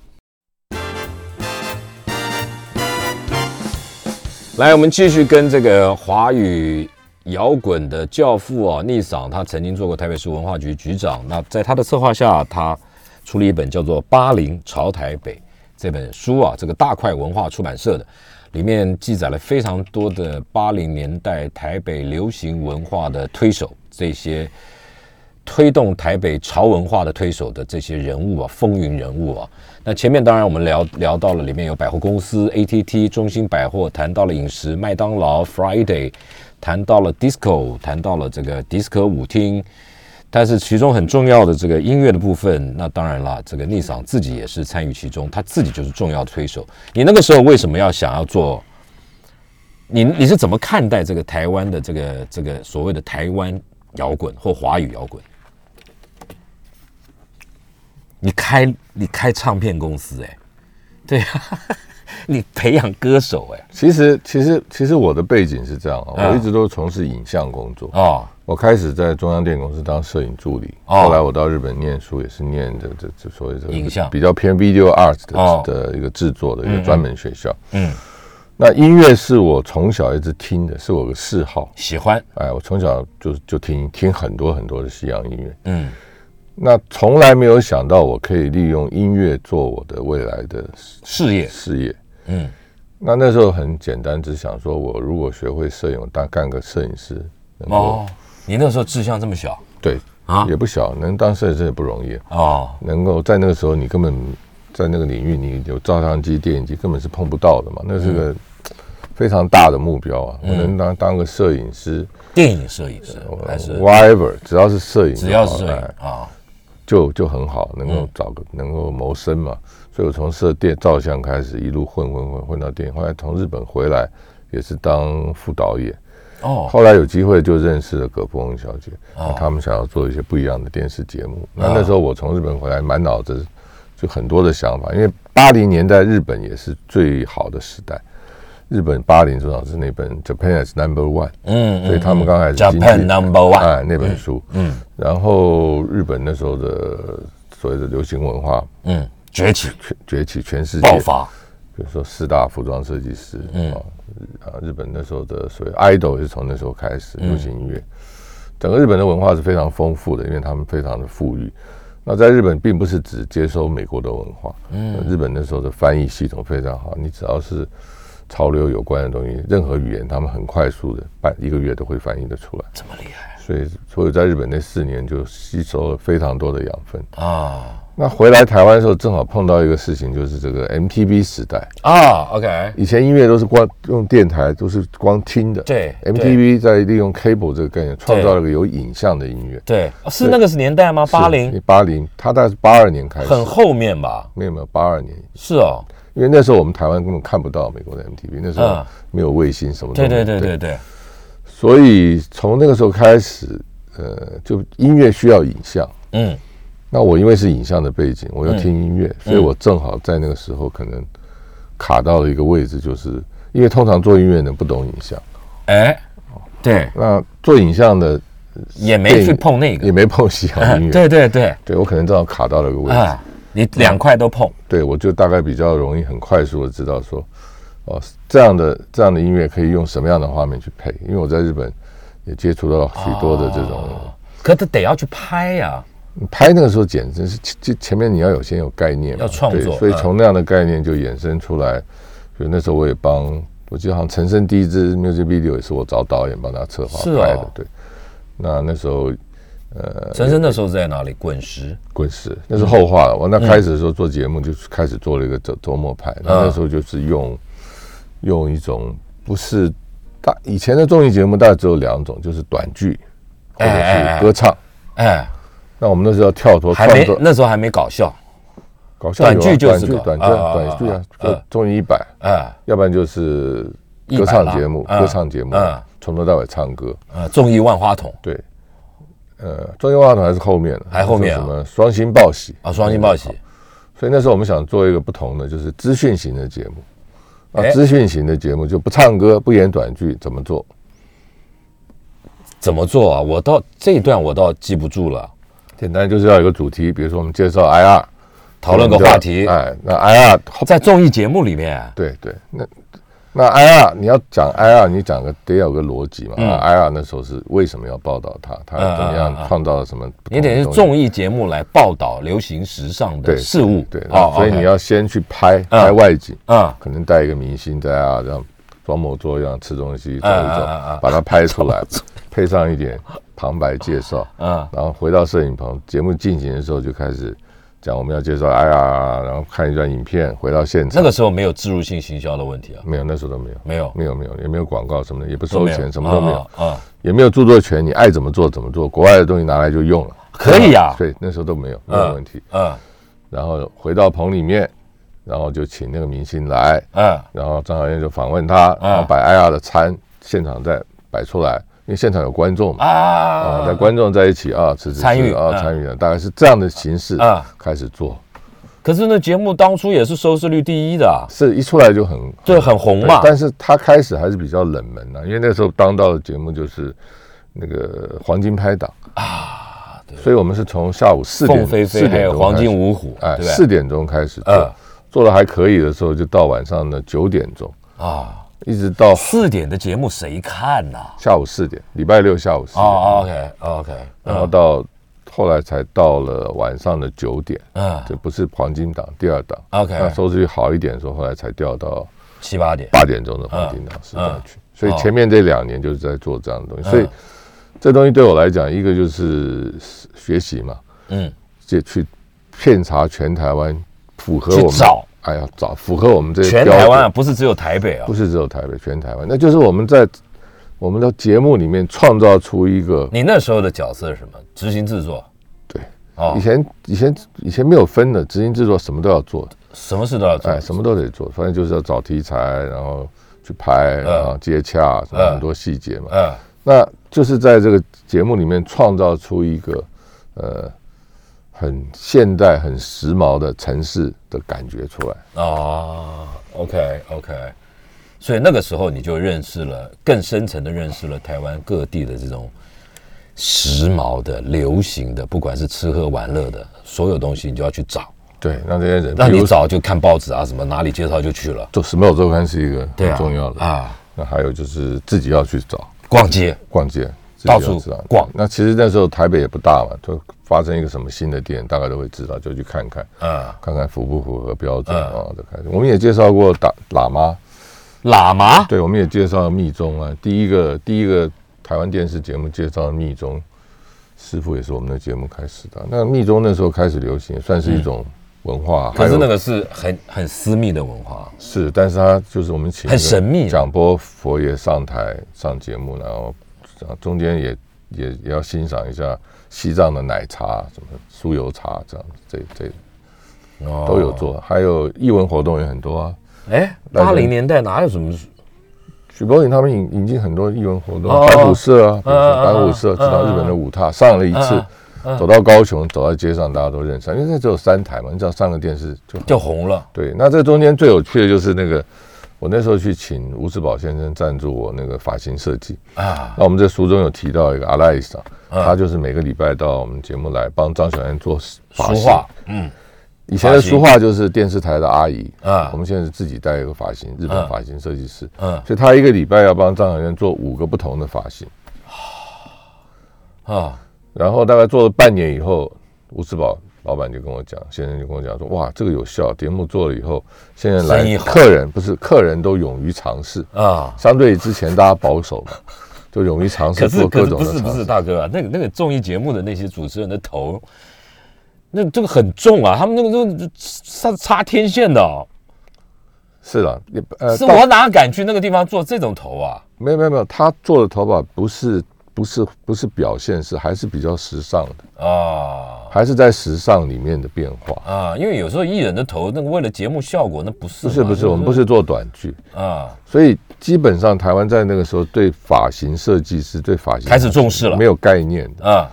Speaker 2: 来，我们继续跟这个华语摇滚的教父啊，逆嗓，他曾经做过台北市文化局局长。那在他的策划下，他出了一本叫做《八零朝台北》这本书啊，这个大块文化出版社的。里面记载了非常多的八零年代台北流行文化的推手，这些推动台北潮文化的推手的这些人物啊，风云人物啊。那前面当然我们聊聊到了，里面有百货公司、ATT、中兴百货，谈到了饮食、麦当劳、Friday，谈到了 disco，谈到了这个迪斯科舞厅。但是其中很重要的这个音乐的部分，那当然啦，这个逆嗓自己也是参与其中，他自己就是重要推手。你那个时候为什么要想要做？你你是怎么看待这个台湾的这个这个所谓的台湾摇滚或华语摇滚。你开你开唱片公司哎、对啊，你培养歌手哎、
Speaker 3: 其实，其实，其实我的背景是这样啊，
Speaker 2: 嗯
Speaker 3: 我一直都从事影像工作。
Speaker 2: 哦，
Speaker 3: 我开始在中央电影公司当摄影助理，
Speaker 2: 哦
Speaker 3: 后来我到日本念书，也是念这这这所谓这个
Speaker 2: 影像
Speaker 3: 比较偏 video arts 的、
Speaker 2: 哦
Speaker 3: 的一个制作的一个专门学校。
Speaker 2: 嗯，
Speaker 3: 那音乐是我从小一直听的，是我的嗜好。
Speaker 2: 喜欢，
Speaker 3: 哎，我从小就就听听很多很多的西洋音乐，
Speaker 2: 嗯
Speaker 3: 那从来没有想到我可以利用音乐做我的未来的
Speaker 2: 事业，
Speaker 3: 事业。
Speaker 2: 嗯
Speaker 3: 那那时候很简单，只想说我如果学会摄影，我当干个摄影师，能够、
Speaker 2: 哦，你那时候志向这么小
Speaker 3: 对
Speaker 2: 啊
Speaker 3: 也不小，能当摄影师也不容易。
Speaker 2: 哦，
Speaker 3: 能够在那个时候，你根本在那个领域，你有照相机、电影机根本是碰不到的嘛，那
Speaker 2: 嗯
Speaker 3: 是个非常大的目标啊！我能当当个摄影师
Speaker 2: 电影摄影师
Speaker 3: 呃
Speaker 2: 还是
Speaker 3: ，whatever，只要是摄影就好，
Speaker 2: 只要是摄
Speaker 3: 哎
Speaker 2: 影啊，
Speaker 3: 就就很好，能够找个、能够谋生嘛。所以我从摄电照相开始，一路混混混混到电影，后来从日本回来也是当副导演。
Speaker 2: 哦，
Speaker 3: 后来有机会就认识了葛芙蓉小姐，那他们想要做一些不一样的电视节目。那那时候我从日本回来，满脑子就很多的想法，因为八零年代日本也是最好的时代。日本八零正好是那本《Japan is Number One》，
Speaker 2: 嗯嗯
Speaker 3: 所以他们刚开始经济
Speaker 2: Japan Number One
Speaker 3: 哎那本书，嗯，然后日本那时候的所谓的流行文化
Speaker 2: 嗯，崛起
Speaker 3: 全崛起，全世界
Speaker 2: 爆发，
Speaker 3: 比如说四大服装设计师，嗯啊，日本那时候的所谓 idol 也是从那时候开始
Speaker 2: 嗯
Speaker 3: 流行音乐。整个日本的文化是非常丰富的，因为他们非常的富裕。那在日本并不是只接收美国的文化，嗯，日本那时候的翻译系统非常好，你只要是潮流有关的东西，任何语言他们很快速的半一个月都会翻译的出来。
Speaker 2: 这么厉害
Speaker 3: 所以，所以在日本那四年就吸收了非常多的养分。
Speaker 2: 啊
Speaker 3: 那回来台湾的时候，正好碰到一个事情，就是这个 MTV 时代。
Speaker 2: 啊，OK，
Speaker 3: 以前音乐都是光用电台，都是光听的。
Speaker 2: 对
Speaker 3: ，MTV 在利用 cable 这个概念，创造了一个有影像的音乐。
Speaker 2: 对，哦是那个是年代吗？八零
Speaker 3: 八零，它大概是八二年开始。
Speaker 2: 很后面吧？
Speaker 3: 没有没有，八二年，
Speaker 2: 是哦，
Speaker 3: 因为那时候我们台湾根本看不到美国的 MTV，那时候
Speaker 2: 嗯
Speaker 3: 没有卫星什么的。
Speaker 2: 对对对对对，
Speaker 3: 所以从那个时候开始，呃，就音乐需要影像。
Speaker 2: 嗯
Speaker 3: 那我因为是影像的背景，我又听音乐，所以我正好在那个时候可能卡到了一个位置，就是因为通常做音乐的不懂影像。
Speaker 2: 哎，对，
Speaker 3: 那做影像的
Speaker 2: 也
Speaker 3: 电
Speaker 2: 没
Speaker 3: 影
Speaker 2: 去碰那
Speaker 3: 也
Speaker 2: 个，
Speaker 3: 没碰西洋音 乐。
Speaker 2: 对对对，
Speaker 3: 对，我可能正好卡到了个位置，
Speaker 2: 啊，你两块都碰，
Speaker 3: 对我就大概比较容易很快速的知道说，哦，这样的这样的音乐可以用什么样的画面去配，因为我在日本也接触到许多的这种、
Speaker 2: 哦可得得要去拍呀、
Speaker 3: 拍那个时候简直是前前前面你要有先有概念嘛，
Speaker 2: 要创
Speaker 3: 对
Speaker 2: 作
Speaker 3: 所以
Speaker 2: 嗯
Speaker 3: 从那样的概念就衍生出来，就那时候我也帮，我记得好像陈升第一支 music video 也是我找导演帮他策划
Speaker 2: 是哦
Speaker 3: 拍的，对，那那时候
Speaker 2: 陈升那时候是在哪里？滚石
Speaker 3: 滚石，那是后话了。我那开始的时候做节目，就开始做了一个周周末派。
Speaker 2: 嗯
Speaker 3: 那那时候就是用用一种不是大以前的综艺节目，大概只有两种，就是短剧或者
Speaker 2: 哎哎哎
Speaker 3: 是歌唱。
Speaker 2: 哎，
Speaker 3: 那我们那时候要跳脱
Speaker 2: 还
Speaker 3: 创
Speaker 2: 没
Speaker 3: 作，
Speaker 2: 那时候还没搞笑，
Speaker 3: 搞笑有啊
Speaker 2: 短剧就是
Speaker 3: 短剧，
Speaker 2: 搞
Speaker 3: 短
Speaker 2: 啊啊
Speaker 3: 剧啊，
Speaker 2: 啊
Speaker 3: 短剧啊
Speaker 2: 啊啊，
Speaker 3: 综艺一百，
Speaker 2: 哎，
Speaker 3: 要不然就是
Speaker 2: 100
Speaker 3: 歌唱节目，
Speaker 2: 啦啊
Speaker 3: 歌唱节目
Speaker 2: 啊
Speaker 3: 从头到尾唱歌。
Speaker 2: 呃，综艺万花筒
Speaker 3: 对，呃，中央话筒还是后面的，
Speaker 2: 还后面啊
Speaker 3: 什么双星报喜
Speaker 2: 啊，双星报喜，
Speaker 3: 所以那时候我们想做一个不同的，就是资讯型的节目。
Speaker 2: 哎
Speaker 3: 啊，资讯型的节目就不唱歌、不演短剧，怎么做？
Speaker 2: 怎么做啊？我到这一段我倒记不住了，
Speaker 3: 简单就是要有个主题，比如说我们介绍 IR，
Speaker 2: 讨论个话题，
Speaker 3: 哎，那 IR 后
Speaker 2: 在综艺节目里面，
Speaker 3: 对对，那那 IR 你要讲 IR，你讲个得有个逻辑嘛。
Speaker 2: 嗯
Speaker 3: 那 IR 那时候是为什么要报道它？它怎么
Speaker 2: 嗯嗯嗯嗯
Speaker 3: 样创造了什么不同
Speaker 2: 你
Speaker 3: 的东
Speaker 2: 得
Speaker 3: 西？
Speaker 2: 是综艺节目来报道流行时尚的
Speaker 3: 对
Speaker 2: 事物，
Speaker 3: 对，对
Speaker 2: 哦，
Speaker 3: 所以
Speaker 2: OK
Speaker 3: 你要先去拍拍外景，
Speaker 2: 嗯
Speaker 3: 可能带一个明星在啊，这样装模作样吃东西走一走
Speaker 2: 嗯嗯嗯嗯，
Speaker 3: 把它拍出来，配上一点旁白介绍，
Speaker 2: 嗯
Speaker 3: 然后回到摄影棚，节目进行的时候就开始讲我们要介绍哎呀，然后看一段影片，回到现
Speaker 2: 那
Speaker 3: 场。
Speaker 2: 个时候没有植入性行销的问题啊，
Speaker 3: 没有，那时候都没有，
Speaker 2: 没有
Speaker 3: 没有，没有，也没有广告什么的，也不
Speaker 2: 都
Speaker 3: 收
Speaker 2: 没有
Speaker 3: 钱，什么都没有，，
Speaker 2: 嗯嗯
Speaker 3: 也没有著作权，你爱怎么做怎么做，国外的东西拿来就用了，
Speaker 2: 可以啊
Speaker 3: 对，那时候都没有，没有问题。
Speaker 2: 嗯
Speaker 3: 然后回到棚里面，然后就请那个明星来，
Speaker 2: 嗯
Speaker 3: 然后张小燕就访问他，然后把艾亚的餐现场再摆出来，因为现场有观众嘛，啊，那
Speaker 2: 啊，
Speaker 3: 观众在一起啊，吃吃吃
Speaker 2: 参与
Speaker 3: 啊，
Speaker 2: 嗯
Speaker 3: 参与啊，大概是这样的形式
Speaker 2: 啊
Speaker 3: 开始做，
Speaker 2: 可是那节目当初也是收视率第一的啊，
Speaker 3: 是一出来就很
Speaker 2: 对，很红
Speaker 3: 对
Speaker 2: 嘛。
Speaker 3: 但是他开始还是比较冷门的、因为那时候当道的节目就是那个黄金拍档啊，所以我们是从下午四点
Speaker 2: 凤飞飞
Speaker 3: 四
Speaker 2: 还
Speaker 3: 点
Speaker 2: 有
Speaker 3: 钟
Speaker 2: 黄
Speaker 3: 开始
Speaker 2: 金五虎，
Speaker 3: 哎
Speaker 2: 对不对？
Speaker 3: 四点钟开始做，
Speaker 2: 嗯
Speaker 3: 做的还可以的时候就到晚上的九点钟
Speaker 2: 啊，
Speaker 3: 一直到
Speaker 2: 四点的节目谁看呐？
Speaker 3: 下午四点，礼拜六下午四
Speaker 2: 哦
Speaker 3: 点，
Speaker 2: ，OK 哦 OK，
Speaker 3: 然后到后来才到了晚上的九点，
Speaker 2: 嗯，
Speaker 3: 这不是黄金档，第二档
Speaker 2: OK
Speaker 3: 那收视率好一点的时候，后来才调到
Speaker 2: 七八点，
Speaker 3: 八点钟的黄金档时段去。所以前面这两年就是在做这样的东西，
Speaker 2: 哦嗯
Speaker 3: 所以这东西对我来讲，一个就是学习嘛，
Speaker 2: 嗯，
Speaker 3: 就去遍查全台湾符合
Speaker 2: 去
Speaker 3: 我们
Speaker 2: 找，
Speaker 3: 哎呀找符合我们这些
Speaker 2: 全
Speaker 3: 标
Speaker 2: 台湾啊
Speaker 3: 准
Speaker 2: 不是只有台北啊
Speaker 3: 不。是只有台北，全台湾，那就是我们在我们的节目里面创造出一个
Speaker 2: 你那时候的角色是什么？执行制作
Speaker 3: 对。
Speaker 2: 哦
Speaker 3: 以，前以前以前没有分的，执行制作什么都要做，
Speaker 2: 什么事都要做
Speaker 3: 哎，。什么都得做，反正就是要找题材，然后去拍，然后接洽，什么
Speaker 2: 嗯
Speaker 3: 很多细节嘛。
Speaker 2: 嗯，
Speaker 3: 那就是在这个节目里面创造出一个呃很现代、很时髦的城市的感觉出来。
Speaker 2: 啊，OK OK，所以那个时候你就认识了，更深层的认识了台湾各地的这种时髦的、流行的，不管是吃喝玩乐的，所有东西你就要去找。
Speaker 3: 对，让这些人，
Speaker 2: 让
Speaker 3: 比
Speaker 2: 你
Speaker 3: 如
Speaker 2: 找就看报纸啊，什么哪里介绍就去了。
Speaker 3: 做《时髦周刊》是一个
Speaker 2: 对啊
Speaker 3: 很重要的
Speaker 2: 啊。
Speaker 3: 那还有就是自己要去找
Speaker 2: 逛街，
Speaker 3: 逛街，自己
Speaker 2: 到
Speaker 3: 要
Speaker 2: 处
Speaker 3: 知道
Speaker 2: 逛
Speaker 3: 那其实那时候台北也不大嘛，就发生一个什么新的店，大概都会知道，就去看看。
Speaker 2: 嗯，
Speaker 3: 看看符不符合标准啊，就开始。我们也介绍过打喇嘛，
Speaker 2: 喇 嘛，
Speaker 3: 对，我们也介绍密宗啊。第一个第一个台湾电视节目介绍密宗师傅，也是我们的节目开始的。那密宗那时候开始流行，算是一种文化。
Speaker 2: 嗯可是那
Speaker 3: 还有
Speaker 2: 个是很很私密的文化，
Speaker 3: 是，但是它就是我们请一个
Speaker 2: 很神秘
Speaker 3: 蒋波佛爷上台上节目，然后中间也也也要欣赏一下西藏的奶茶，什么酥油茶这样，这这
Speaker 2: 哦
Speaker 3: 都有。做。还有艺文活动也很多啊。
Speaker 2: 哎，八零年代哪有什么？
Speaker 3: 许博颖他们引引进很多艺文活动
Speaker 2: 哦，
Speaker 3: 白虎社啊，比如
Speaker 2: 嗯嗯
Speaker 3: 说白虎社，
Speaker 2: 嗯
Speaker 3: 知道日本的舞踏，上了一次，走到高雄，走到街上，大家都认识，因为那只有三台嘛，你只要上个电视就好。
Speaker 2: 就红了。
Speaker 3: 对，那这中间最有趣的就是那个，我那时候去请吴志宝先生赞助我那个发型设计
Speaker 2: 啊。
Speaker 3: 那我们这书中有提到一个阿拉伊莎，
Speaker 2: 嗯
Speaker 3: 他就是每个礼拜到我们节目来帮张小燕做发
Speaker 2: 书
Speaker 3: 型。
Speaker 2: 画，嗯，
Speaker 3: 以前的
Speaker 2: 发型
Speaker 3: 书画就是电视台的阿姨
Speaker 2: 啊
Speaker 3: 我们现在是自己带一个发型，日
Speaker 2: 嗯
Speaker 3: 本发型设计师，
Speaker 2: 嗯
Speaker 3: 所以他一个礼拜要帮张小燕做五个不同的发型，
Speaker 2: 啊，
Speaker 3: 然后大概做了半年以后，吴志宝老板就跟我讲，先生就跟我讲说，哇，这个有效，节目做了以后，现在
Speaker 2: 生意
Speaker 3: 来
Speaker 2: 好
Speaker 3: 客人不是客人都勇于尝试，
Speaker 2: 啊。
Speaker 3: 相对于之前大家保守嘛，就勇于尝
Speaker 2: 可
Speaker 3: 试
Speaker 2: 是
Speaker 3: 做
Speaker 2: 可
Speaker 3: 各
Speaker 2: 是
Speaker 3: 种
Speaker 2: 不
Speaker 3: 的
Speaker 2: 是不
Speaker 3: 尝
Speaker 2: 是
Speaker 3: 试。
Speaker 2: 大哥啊，那个那个综艺节目的那些主持人的头，那这个很重啊，他们那个都插插天线的、哦，
Speaker 3: 是啦，也呃，
Speaker 2: 是
Speaker 3: 到
Speaker 2: 我哪敢去那个地方做这种头啊？
Speaker 3: 没有没有没有，他做的头发不是不是不是表现是还是比较时尚的。
Speaker 2: 啊
Speaker 3: 还是在时尚里面的变化。
Speaker 2: 啊，因为有时候艺人的头，那个为了节目效果，那不是
Speaker 3: 不是
Speaker 2: 嘛
Speaker 3: 不是，我们不是做短剧，
Speaker 2: 啊，
Speaker 3: 所以基本上台湾在那个时候对发型设计师对发型
Speaker 2: 开始重视了
Speaker 3: 没有概念的，
Speaker 2: 啊。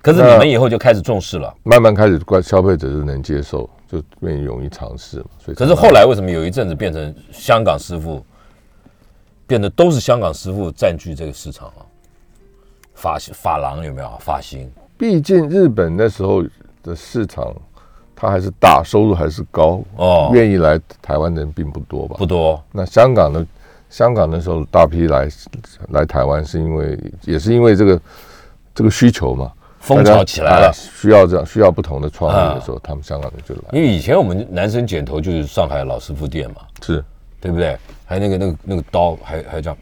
Speaker 2: 可是你
Speaker 3: 那
Speaker 2: 们以后就开始重视了。
Speaker 3: 慢慢开始关消费者就能接受，就愿意容易尝试嘛。所以
Speaker 2: 可是后来为什么有一阵子变成香港师傅，变得都是香港师傅占据这个市场啊？发型发廊有没有发型？
Speaker 3: 毕竟日本那时候的市场它还是大，收入还是高，
Speaker 2: 哦
Speaker 3: 愿意来台湾的人并不多吧？
Speaker 2: 不多，
Speaker 3: 那香港的香港那时候大批来来台湾，是因为也是因为这个这个需求嘛，
Speaker 2: 风
Speaker 3: 大
Speaker 2: 潮
Speaker 3: 家
Speaker 2: 起来了啊
Speaker 3: 哎。需要这样需要不同的创意的时候，他们香港人就来，
Speaker 2: 因为以前我们男生剪头就是上海老师傅店嘛，
Speaker 3: 是
Speaker 2: 对不对？还有那个那个那个刀，还还这样，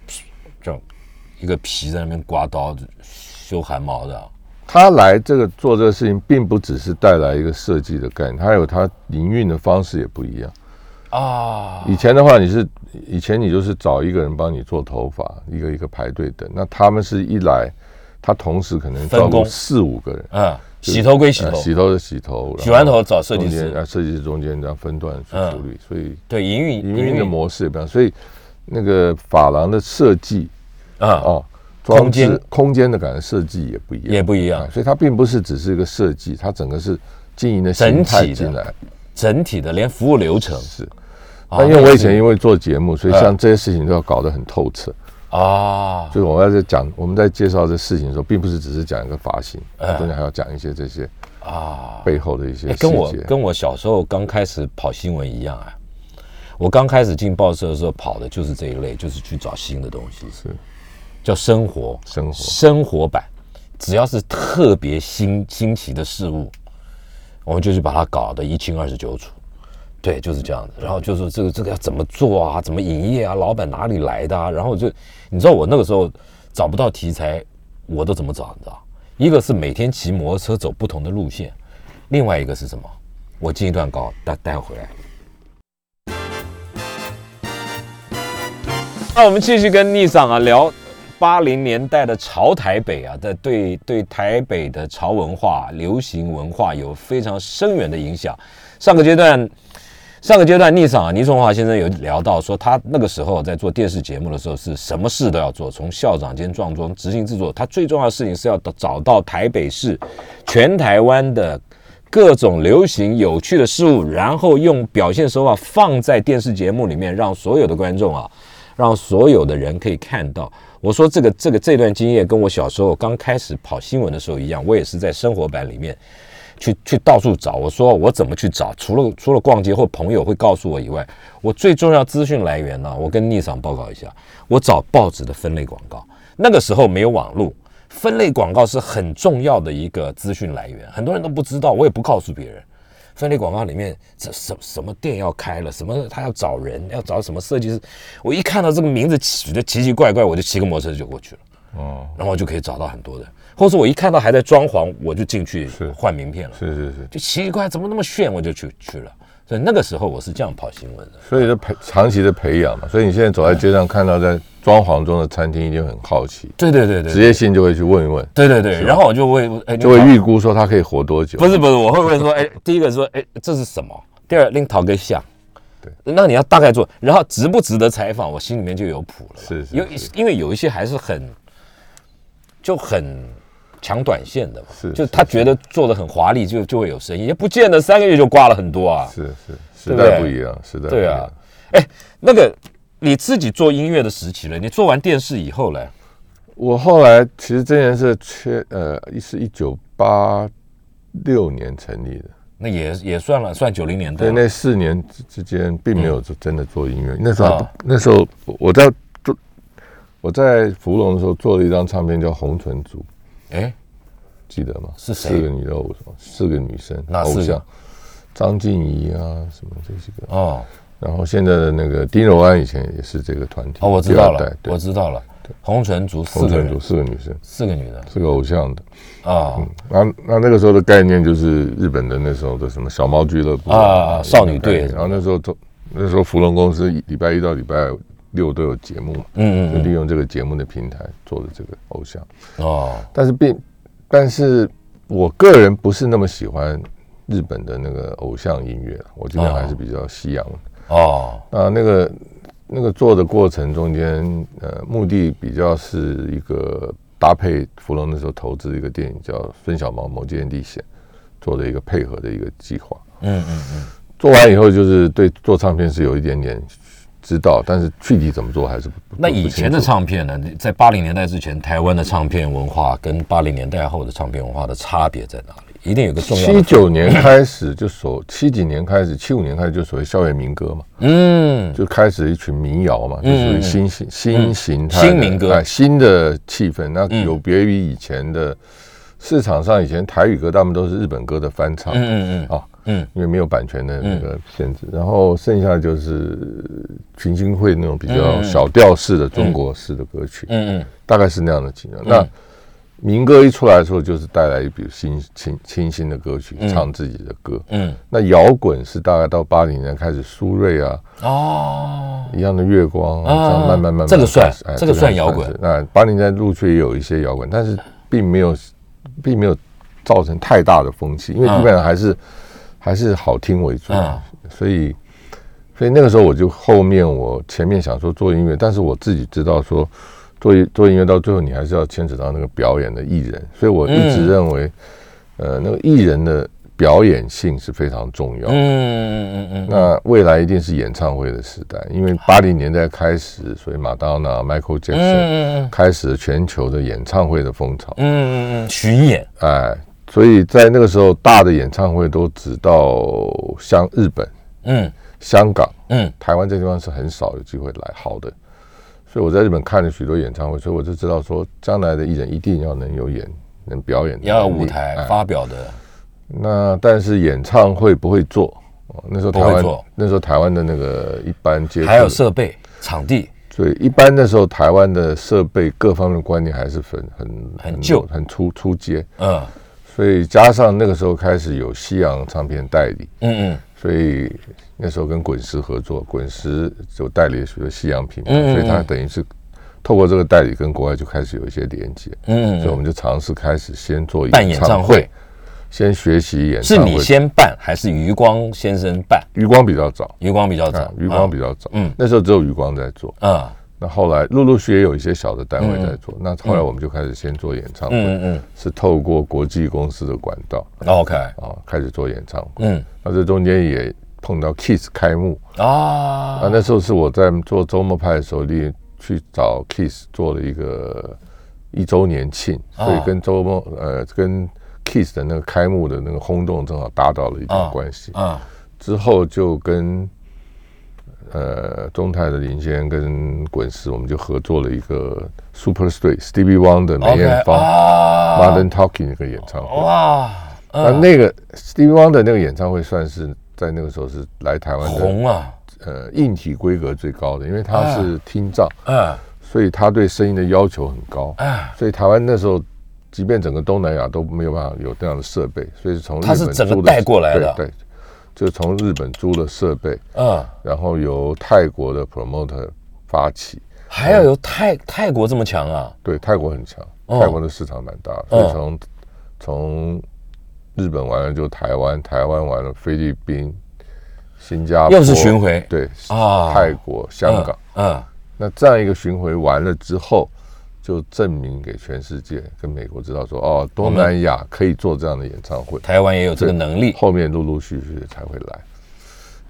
Speaker 2: 这样一个皮在那边刮刀修汗毛的啊。
Speaker 3: 他来这个做这个事情，并不只是带来一个设计的概念，他有他营运的方式也不一样。
Speaker 2: 啊
Speaker 3: 以前的话，你是以前你就是找一个人帮你做头发，一个一个排队等。那他们是一来，他同时可能
Speaker 2: 分
Speaker 3: 照顾
Speaker 2: 工
Speaker 3: 四五个人，
Speaker 2: 嗯，洗头归洗
Speaker 3: 呃
Speaker 2: 头，
Speaker 3: 洗头的洗头，
Speaker 2: 洗完
Speaker 3: 然后
Speaker 2: 头找设计
Speaker 3: 中间
Speaker 2: 师，嗯
Speaker 3: 啊，设计师中间这样分段去处理，所以
Speaker 2: 对营运
Speaker 3: 营运的模式也不一样。所以那个发廊的设计
Speaker 2: 啊
Speaker 3: 哦，装
Speaker 2: 空间
Speaker 3: 置空间的感觉设计也不一样，
Speaker 2: 也不一样
Speaker 3: 啊所以它并不是只是一个设计，它整个是经营的
Speaker 2: 整
Speaker 3: 形态
Speaker 2: 体的
Speaker 3: 进来。
Speaker 2: 整体的连服务流程
Speaker 3: 是，
Speaker 2: 啊
Speaker 3: 那因为
Speaker 2: 那
Speaker 3: 我以
Speaker 2: 是
Speaker 3: 前因为做节目，所以
Speaker 2: 哎
Speaker 3: 像这些事情都要搞得很透彻。
Speaker 2: 啊，
Speaker 3: 就是我们在讲我们在介绍这事情的时候，并不是只是讲一个发型，
Speaker 2: 哎
Speaker 3: 中间还要讲一些这些啊背后的一些
Speaker 2: 哎，
Speaker 3: 细
Speaker 2: 跟我
Speaker 3: 节。
Speaker 2: 跟我小时候刚开始跑新闻一样啊。我刚开始进报社的时候，跑的就是这一类，就是去找新的东西，
Speaker 3: 是
Speaker 2: 叫生活，
Speaker 3: 生活
Speaker 2: 生活版。只要是特别新新奇的事物，我们就去把它搞得一清二十九楚。对，就是这样子。然后就说这个这个要怎么做啊？怎么营业啊？老板哪里来的啊？然后就你知道我那个时候找不到题材，我都怎么找？你知道？一个是每天骑摩托车走不同的路线，另外一个是什么？我进一段稿，待待会回来。那我们继续跟逆长啊聊八零年代的潮台北啊，在对对台北的潮文化、流行文化有非常深远的影响。上个阶段，上个阶段逆长啊，倪崇华先生有聊到说，他那个时候在做电视节目的时候，是什么事都要做，从校长兼壮装、执行制作，他最重要的事情是要找到台北市、全台湾的。各种流行有趣的事物，然后用表现手法放在电视节目里面，让所有的观众啊，让所有的人可以看到。我说这个这个这段经验跟我小时候刚开始跑新闻的时候一样，我也是在生活版里面去去到处找。我说我怎么去找？除了除了逛街或朋友会告诉我以外，我最重要资讯来源呢、我跟逆长报告一下，我找报纸的分类广告。那个时候没有网络，分类广告是很重要的一个资讯来源，很多人都不知道，我也不告诉别人。分类广告里面，这什什么店要开了，什么他要找人，要找什么设计师，我一看到这个名字取的奇奇怪怪，我就骑个摩托车就过去了，
Speaker 3: 哦，
Speaker 2: 然后我就可以找到很多人，或者我一看到还在装潢，我就进去
Speaker 3: 是
Speaker 2: 换名片了，
Speaker 3: 是是是，
Speaker 2: 就奇怪怎么那么炫，我就去去了。所以那个时候我是这样跑新闻的，
Speaker 3: 所以这培长期的培养嘛，所以你现在走在街上看到在装潢中的餐厅，一定很好奇，
Speaker 2: 对对对对，
Speaker 3: 职业性就会去问一问，
Speaker 2: 对对对，然后我就会哎，
Speaker 3: 就会预估说它可以活多久。
Speaker 2: 不是不是，我会问说， 哎，第一个说，哎，这是什么？第二，另讨个像。
Speaker 3: 对，
Speaker 2: 那你要大概做，然后值不值得采访，我心里面就有谱了啦。
Speaker 3: 是是
Speaker 2: 有
Speaker 3: 是
Speaker 2: 因为有一些还是很就很抢短线的嘛，
Speaker 3: 是
Speaker 2: 就是他觉得做的很华丽，就就会有生意，也不见得三个月就挂了很多啊。
Speaker 3: 是是，时
Speaker 2: 对不对
Speaker 3: 代不一样，时代不一
Speaker 2: 对
Speaker 3: 样
Speaker 2: 啊，，哎，那个你自己做音乐的时期了，你做完电视以后嘞，
Speaker 3: 我后来其实真人社缺呃是一九八六年成立的，
Speaker 2: 那也也算了，算九零年代
Speaker 3: 在
Speaker 2: 了。
Speaker 3: 那四年之之间，并没有做真的做音乐。那时候还不、
Speaker 2: 嗯啊
Speaker 3: 那时候我在做我在芙蓉的时候做了一张唱片叫《红唇族》，
Speaker 2: 哎，
Speaker 3: 记得吗？
Speaker 2: 是谁
Speaker 3: 四个女的偶像，四个女生
Speaker 2: 哪四个
Speaker 3: 偶像，张静怡啊什么这些个。
Speaker 2: 哦
Speaker 3: 然后现在的那个丁柔安以前也是这个团体
Speaker 2: 哦，我知道
Speaker 3: 第二
Speaker 2: 了
Speaker 3: 代，对
Speaker 2: 我知道了，红唇族四
Speaker 3: 红
Speaker 2: 个
Speaker 3: 唇
Speaker 2: 人
Speaker 3: 族，四个女生，
Speaker 2: 四个女的
Speaker 3: 四个偶像的。
Speaker 2: 啊
Speaker 3: 那那那个时候的概念就是日本的那时候的什么小猫俱乐部
Speaker 2: 啊少女队
Speaker 3: 然后那时候都那时候芙蓉公司礼拜一到礼拜六都有节目嘛，
Speaker 2: 嗯嗯
Speaker 3: 就利用这个节目的平台做的这个偶像，
Speaker 2: 哦，
Speaker 3: 但是并但是我个人不是那么喜欢日本的那个偶像音乐，我这边
Speaker 2: 哦
Speaker 3: 还是比较西洋的。
Speaker 2: 哦，
Speaker 3: 啊，那个那个做的过程中间，呃，目的比较是一个搭配芙蓉那时候投资一个电影叫《孙小毛谋间历险》，做的一个配合的一个计划。
Speaker 2: 嗯嗯
Speaker 3: 做完以后，就是对做唱片是有一点点知道，但是具体怎么做还是不不
Speaker 2: 那
Speaker 3: 不
Speaker 2: 以
Speaker 3: 清
Speaker 2: 前的
Speaker 3: 楚
Speaker 2: 唱片呢，在八零年代之前，台湾的唱片文化跟八零年代后的唱片文化的差别在哪里？一定有个重要
Speaker 3: 七
Speaker 2: 的，
Speaker 3: 九年开始就所七几年开始，七五年开始就所谓校园民歌嘛，
Speaker 2: 嗯，
Speaker 3: 就开始一群民谣嘛，就属于新型新形态的、
Speaker 2: 新民歌嗯
Speaker 3: 哎新的气氛。那有别于以前的市场上，以前台语歌他们都是日本歌的翻唱，
Speaker 2: 嗯嗯
Speaker 3: 啊，
Speaker 2: 嗯
Speaker 3: 因为没有版权的那个限制。然后剩下就是群星会那种比较小调式的中国式的歌曲，
Speaker 2: 嗯嗯
Speaker 3: 大概是那样的情况。那民歌一出来的时候，就是带来一笔新清清新的歌曲，唱自己的歌。
Speaker 2: 嗯，
Speaker 3: 那摇滚是大概到八零年开始，苏芮啊，
Speaker 2: 哦，
Speaker 3: 一样的月光
Speaker 2: 啊
Speaker 3: 啊，这样慢慢慢慢，
Speaker 2: 这个算
Speaker 3: 开始哎
Speaker 2: 这个算摇滚
Speaker 3: 是那八零年代陆区也有一些摇滚，但是并没有，并没有造成太大的风气，因为
Speaker 2: 嗯
Speaker 3: 基本上还是还是好听为主
Speaker 2: 嗯，
Speaker 3: 所以所以那个时候我就后面我前面想说做音乐，但是我自己知道说做做音乐到最后，你还是要牵扯到那个表演的艺人，所以我一
Speaker 2: 嗯
Speaker 3: 直认为，呃，那个艺人的表演性是非常重要
Speaker 2: 嗯
Speaker 3: 的。
Speaker 2: 嗯嗯嗯
Speaker 3: 那未来一定是演唱会的时代，因为八零年代开始，所以马当娜、Michael Jackson
Speaker 2: 嗯
Speaker 3: 开始了全球的演唱会的风潮。
Speaker 2: 嗯嗯，巡演，
Speaker 3: 哎，所以在那个时候，大的演唱会都只到像日本、
Speaker 2: 嗯
Speaker 3: 香港、
Speaker 2: 嗯
Speaker 3: 台湾这地方是很少有机会来好的。所以我在日本看了许多演唱会，所以我就知道说，将来的艺人一定要能有演、能表演的能力，
Speaker 2: 要有舞台
Speaker 3: 哎
Speaker 2: 发表的，
Speaker 3: 那但是演唱会不会做，哦那时候台
Speaker 2: 不会
Speaker 3: 湾
Speaker 2: 做
Speaker 3: 那时候台湾的那个一般接触
Speaker 2: 还有设备、场地，
Speaker 3: 所以一般那时候台湾的设备各方面的观念还是很很
Speaker 2: 很旧
Speaker 3: 很出出街，
Speaker 2: 嗯
Speaker 3: 所以加上那个时候开始有西洋唱片代理，
Speaker 2: 嗯嗯
Speaker 3: 所以那时候跟滚石合作，滚石就代理了许多西洋品
Speaker 2: 嗯
Speaker 3: 牌，
Speaker 2: 嗯嗯
Speaker 3: 所以它等于是透过这个代理跟国外就开始有一些连接，
Speaker 2: 嗯
Speaker 3: 所以我
Speaker 2: 嗯，
Speaker 3: 们就尝试开始先做
Speaker 2: 办演唱会，
Speaker 3: 先学习演
Speaker 2: 是
Speaker 3: 唱
Speaker 2: 你
Speaker 3: 会。
Speaker 2: 先办还是余光先生办？
Speaker 3: 余光比较早，
Speaker 2: 余光比较
Speaker 3: 啊
Speaker 2: 早，，
Speaker 3: 余光比较早，
Speaker 2: 嗯
Speaker 3: 那时候只有余光在做，
Speaker 2: 啊，
Speaker 3: 那后来陆陆续续也有一些小的单位在做，那后来我们就开始先做演唱会，
Speaker 2: 嗯嗯
Speaker 3: 是透过国际公司的管道
Speaker 2: 嗯，OK，
Speaker 3: 啊开始做演唱会。
Speaker 2: 嗯
Speaker 3: 那这中间也碰到 Kiss 开幕
Speaker 2: 啊
Speaker 3: 啊，，那时候是我在做周末派的时候，立去找 Kiss 做了一个一周年庆，
Speaker 2: 哦
Speaker 3: 所以跟周末呃跟 Kiss 的那个开幕的那个轰动正好搭到了一
Speaker 2: 哦
Speaker 3: 点关系。
Speaker 2: 啊
Speaker 3: 之后就跟呃中泰的林先生跟滚石，我们就合作了一个 Super Street Stevie Wonder 梅
Speaker 2: ，OK
Speaker 3: 艳芳、
Speaker 2: 啊
Speaker 3: Modern Talking 那个演唱会。
Speaker 2: 哇，
Speaker 3: 那
Speaker 2: 嗯，
Speaker 3: 那个 Stevie Wonder 那个演唱会算是在那个时候是来台湾的
Speaker 2: 红啊，
Speaker 3: 呃硬体规格最高的，因为他是听障，
Speaker 2: 嗯
Speaker 3: 所以他对声音的要求很高，
Speaker 2: 哎。
Speaker 3: 所以台湾那时候。即便整个东南亚都没有办法有这样的设备，所以是从日
Speaker 2: 他是
Speaker 3: 本
Speaker 2: 整个
Speaker 3: 租
Speaker 2: 带过来的
Speaker 3: 对，对就从日本租了设备，
Speaker 2: 嗯，
Speaker 3: 然后由泰国的 promoter 发起。
Speaker 2: 还要有泰泰国这么强啊？
Speaker 3: 对，泰国很强，
Speaker 2: 哦
Speaker 3: 泰国的市场蛮大，所以从从日本完了就台湾，台湾完了菲律宾、新加坡，
Speaker 2: 又是巡回
Speaker 3: 对
Speaker 2: 啊
Speaker 3: 泰国、香港。
Speaker 2: 嗯，
Speaker 3: 那这样一个巡回完了之后，就证明给全世界跟美国知道说，哦，东南亚可以做这样的演唱会，
Speaker 2: 台湾也有嗯这个
Speaker 3: 对
Speaker 2: 能力。
Speaker 3: 后面陆陆续续才会来。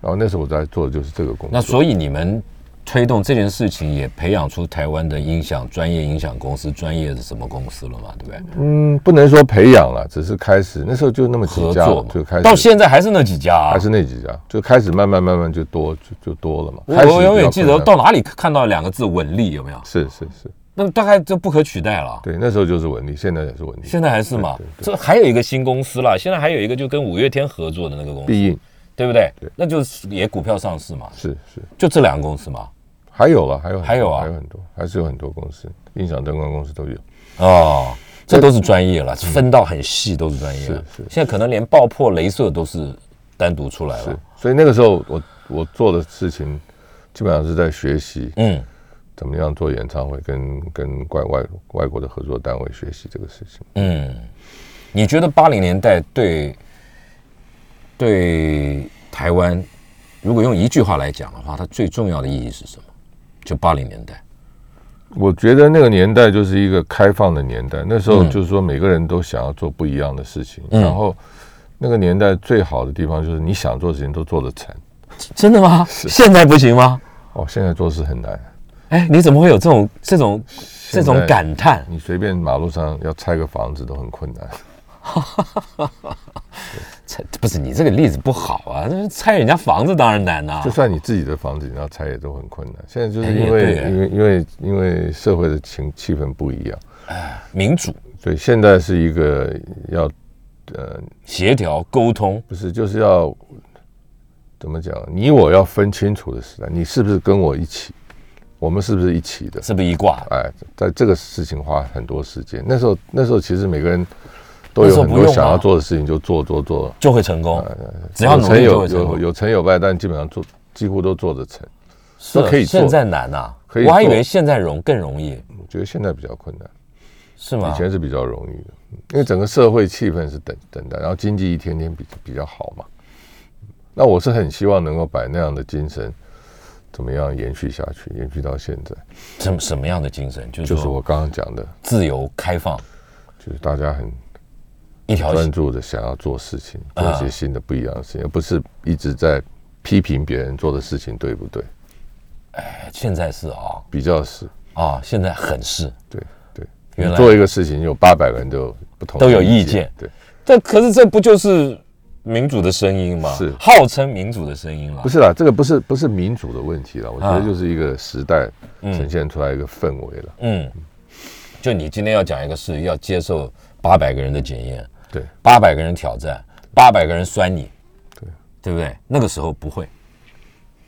Speaker 3: 然后那时候我在做的就是这个工作。
Speaker 2: 那所以你们推动这件事情，也培养出台湾的音响专业音响公司、专业的什么公司了嘛？对不对？
Speaker 3: 嗯，不能说培养了，只是开始那时候就那么几
Speaker 2: 合
Speaker 3: 家
Speaker 2: 作嘛
Speaker 3: 就开始
Speaker 2: 到现在还是那几家啊
Speaker 3: 还。是那几家，就开始慢慢慢慢就多就就多了嘛。
Speaker 2: 我
Speaker 3: 开始
Speaker 2: 我永远记得
Speaker 3: 比较
Speaker 2: 到哪里看到两个字“稳利”有没有？
Speaker 3: 是是是，
Speaker 2: 那大概就不可取代了。
Speaker 3: 对，那时候就是文丽，现在也是文丽。
Speaker 2: 现在还是嘛，这还有一个新公司啦，现在还有一个就跟五月天合作的那个公司，
Speaker 3: 必应
Speaker 2: 对不对？那就是也股票上市嘛，
Speaker 3: 是是，
Speaker 2: 就这两个公司嘛。
Speaker 3: 还有了，还有很多
Speaker 2: 还有啊
Speaker 3: 还有很多，还是有很多公司，音响灯光公司都有。
Speaker 2: 哦，这都是专业了，分到很细都是专业了
Speaker 3: 是是。
Speaker 2: 现在可能连爆破、镭射都是单独出来
Speaker 3: 是
Speaker 2: 了。，
Speaker 3: 所以那个时候我我做的事情基本上是在学习
Speaker 2: 嗯，
Speaker 3: 怎么样做演唱会，跟跟外外外国的合作单位学习这个事情。
Speaker 2: 嗯你觉得八零年代对对台湾，如果用一句话来讲的话，它最重要的意义是什么？就八零年代，
Speaker 3: 我觉得那个年代就是一个开放的年代，那时
Speaker 2: 嗯
Speaker 3: 候就是说每个人都想要做不一样的事情，然后那个年代最好的地方就是你想做的事情都做得成。
Speaker 2: 真的吗？现在不行吗？
Speaker 3: 哦，现在做事很难，
Speaker 2: 哎，你怎么会有这种这种这
Speaker 3: 在
Speaker 2: 种感叹？
Speaker 3: 你随便马路上要拆个房子都很困难。
Speaker 2: 啊拆不是你这个例子不好啊，那拆人家房子当然难啊呐、
Speaker 3: 就算你自己的房子你要拆也都很困难。现在就是
Speaker 2: 哎也
Speaker 3: 因为、
Speaker 2: 对哎
Speaker 3: 因为因为因为社会的情气氛不一样，
Speaker 2: 民主、
Speaker 3: 所以现在是一个要呃
Speaker 2: 协调、沟通，
Speaker 3: 不是就是要怎么讲？你我要分清楚的时代，你是不是跟我一起？我们是不是一起的？
Speaker 2: 是不是一挂？
Speaker 3: 哎，在这个事情花很多时间。那时候那时候其实每个人都
Speaker 2: 那时候
Speaker 3: 有很
Speaker 2: 不
Speaker 3: 多
Speaker 2: 用
Speaker 3: 想
Speaker 2: 啊
Speaker 3: 要做的事情，就做做做。
Speaker 2: 就会成功，只要
Speaker 3: 有
Speaker 2: 努
Speaker 3: 成
Speaker 2: 力就会
Speaker 3: 有
Speaker 2: 成
Speaker 3: 有
Speaker 2: 功。
Speaker 3: 有成有败，但基本上做几乎都做得成。
Speaker 2: 是
Speaker 3: 都可以做
Speaker 2: 现在难啊，
Speaker 3: 可以
Speaker 2: 我还以
Speaker 3: 做
Speaker 2: 为现在容更容易，
Speaker 3: 我觉得现在比较困难，
Speaker 2: 是吗
Speaker 3: 以？前是比较容易的，嗯因为整个社会气氛是等等待，然后经济一天天比比较好嘛。那我是很希望能够把那样的精神怎么样延续下去，延续到现在，
Speaker 2: 什么什么样的精神？就是
Speaker 3: 就是
Speaker 2: 说
Speaker 3: 我刚刚讲的，
Speaker 2: 自由开放，
Speaker 3: 就是大家很
Speaker 2: 一条
Speaker 3: 专注的想要做事情，
Speaker 2: 嗯
Speaker 3: 做一些新的不一样的事情，而不是一直在批评别人做的事情对不对，
Speaker 2: 现在是啊
Speaker 3: 比较是
Speaker 2: 啊，现在很是，
Speaker 3: 对对。
Speaker 2: 原
Speaker 3: 你
Speaker 2: 来
Speaker 3: 做一个事情，有八百个人都有不同的
Speaker 2: 都有意
Speaker 3: 意
Speaker 2: 见
Speaker 3: 对，
Speaker 2: 但可是这不就是民主的声音吗？
Speaker 3: 是
Speaker 2: 号称民主的声音了
Speaker 3: 不，是啦，这个不是不是民主的问题啦，我觉
Speaker 2: 啊
Speaker 3: 得就是一个时代呈现出来一个氛围了。
Speaker 2: 嗯，就你今天要讲一个事，要接受八百个人的检验，
Speaker 3: 对，
Speaker 2: 八百个人挑战，八百个人酸你，对，对不对？那个时候不会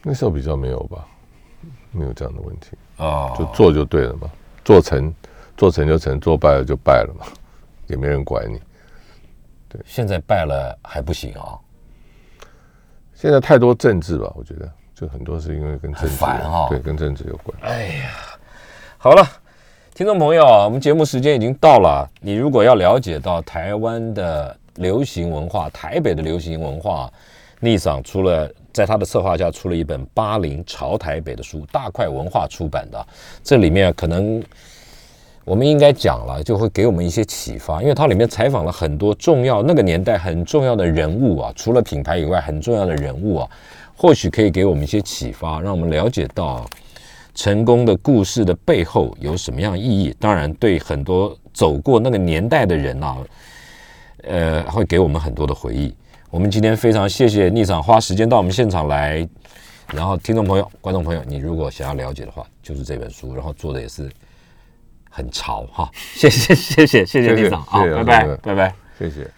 Speaker 3: 那时候比较没有吧，没有这样的问题，
Speaker 2: 哦，
Speaker 3: 就做就对了嘛，做成做成就成，做败了就败了嘛，也没人管你。
Speaker 2: 现在败了还不行啊，
Speaker 3: 现在太多政治吧，我觉得就很多是因为跟政治
Speaker 2: 很
Speaker 3: 有
Speaker 2: 烦哦
Speaker 3: 对，跟政治有关。
Speaker 2: 好了，听众朋友，我们节目时间已经到了。你如果要了解到台湾的流行文化，台北的流行文化，逆赏出了在他的策划下出了一本《八零朝台北》的书，大块文化出版的。这里面可能我们应该讲了，就会给我们一些启发，因为它里面采访了很多重要那个年代很重要的人物啊，除了品牌以外，很重要的人物啊，或许可以给我们一些启发，让我们了解到成功的故事的背后有什么样意义？当然，对很多走过那个年代的人啊，呃，会给我们很多的回忆。我们今天非常谢谢逆场花时间到我们现场来，然后听众朋友、观众朋友，你如果想要了解的话，就是这本书，然后做的也是很潮哈。谢谢谢谢谢谢
Speaker 3: 谢谢
Speaker 2: 逆场啊，
Speaker 3: 谢谢
Speaker 2: 拜拜
Speaker 3: 谢谢
Speaker 2: 拜拜。
Speaker 3: 谢谢。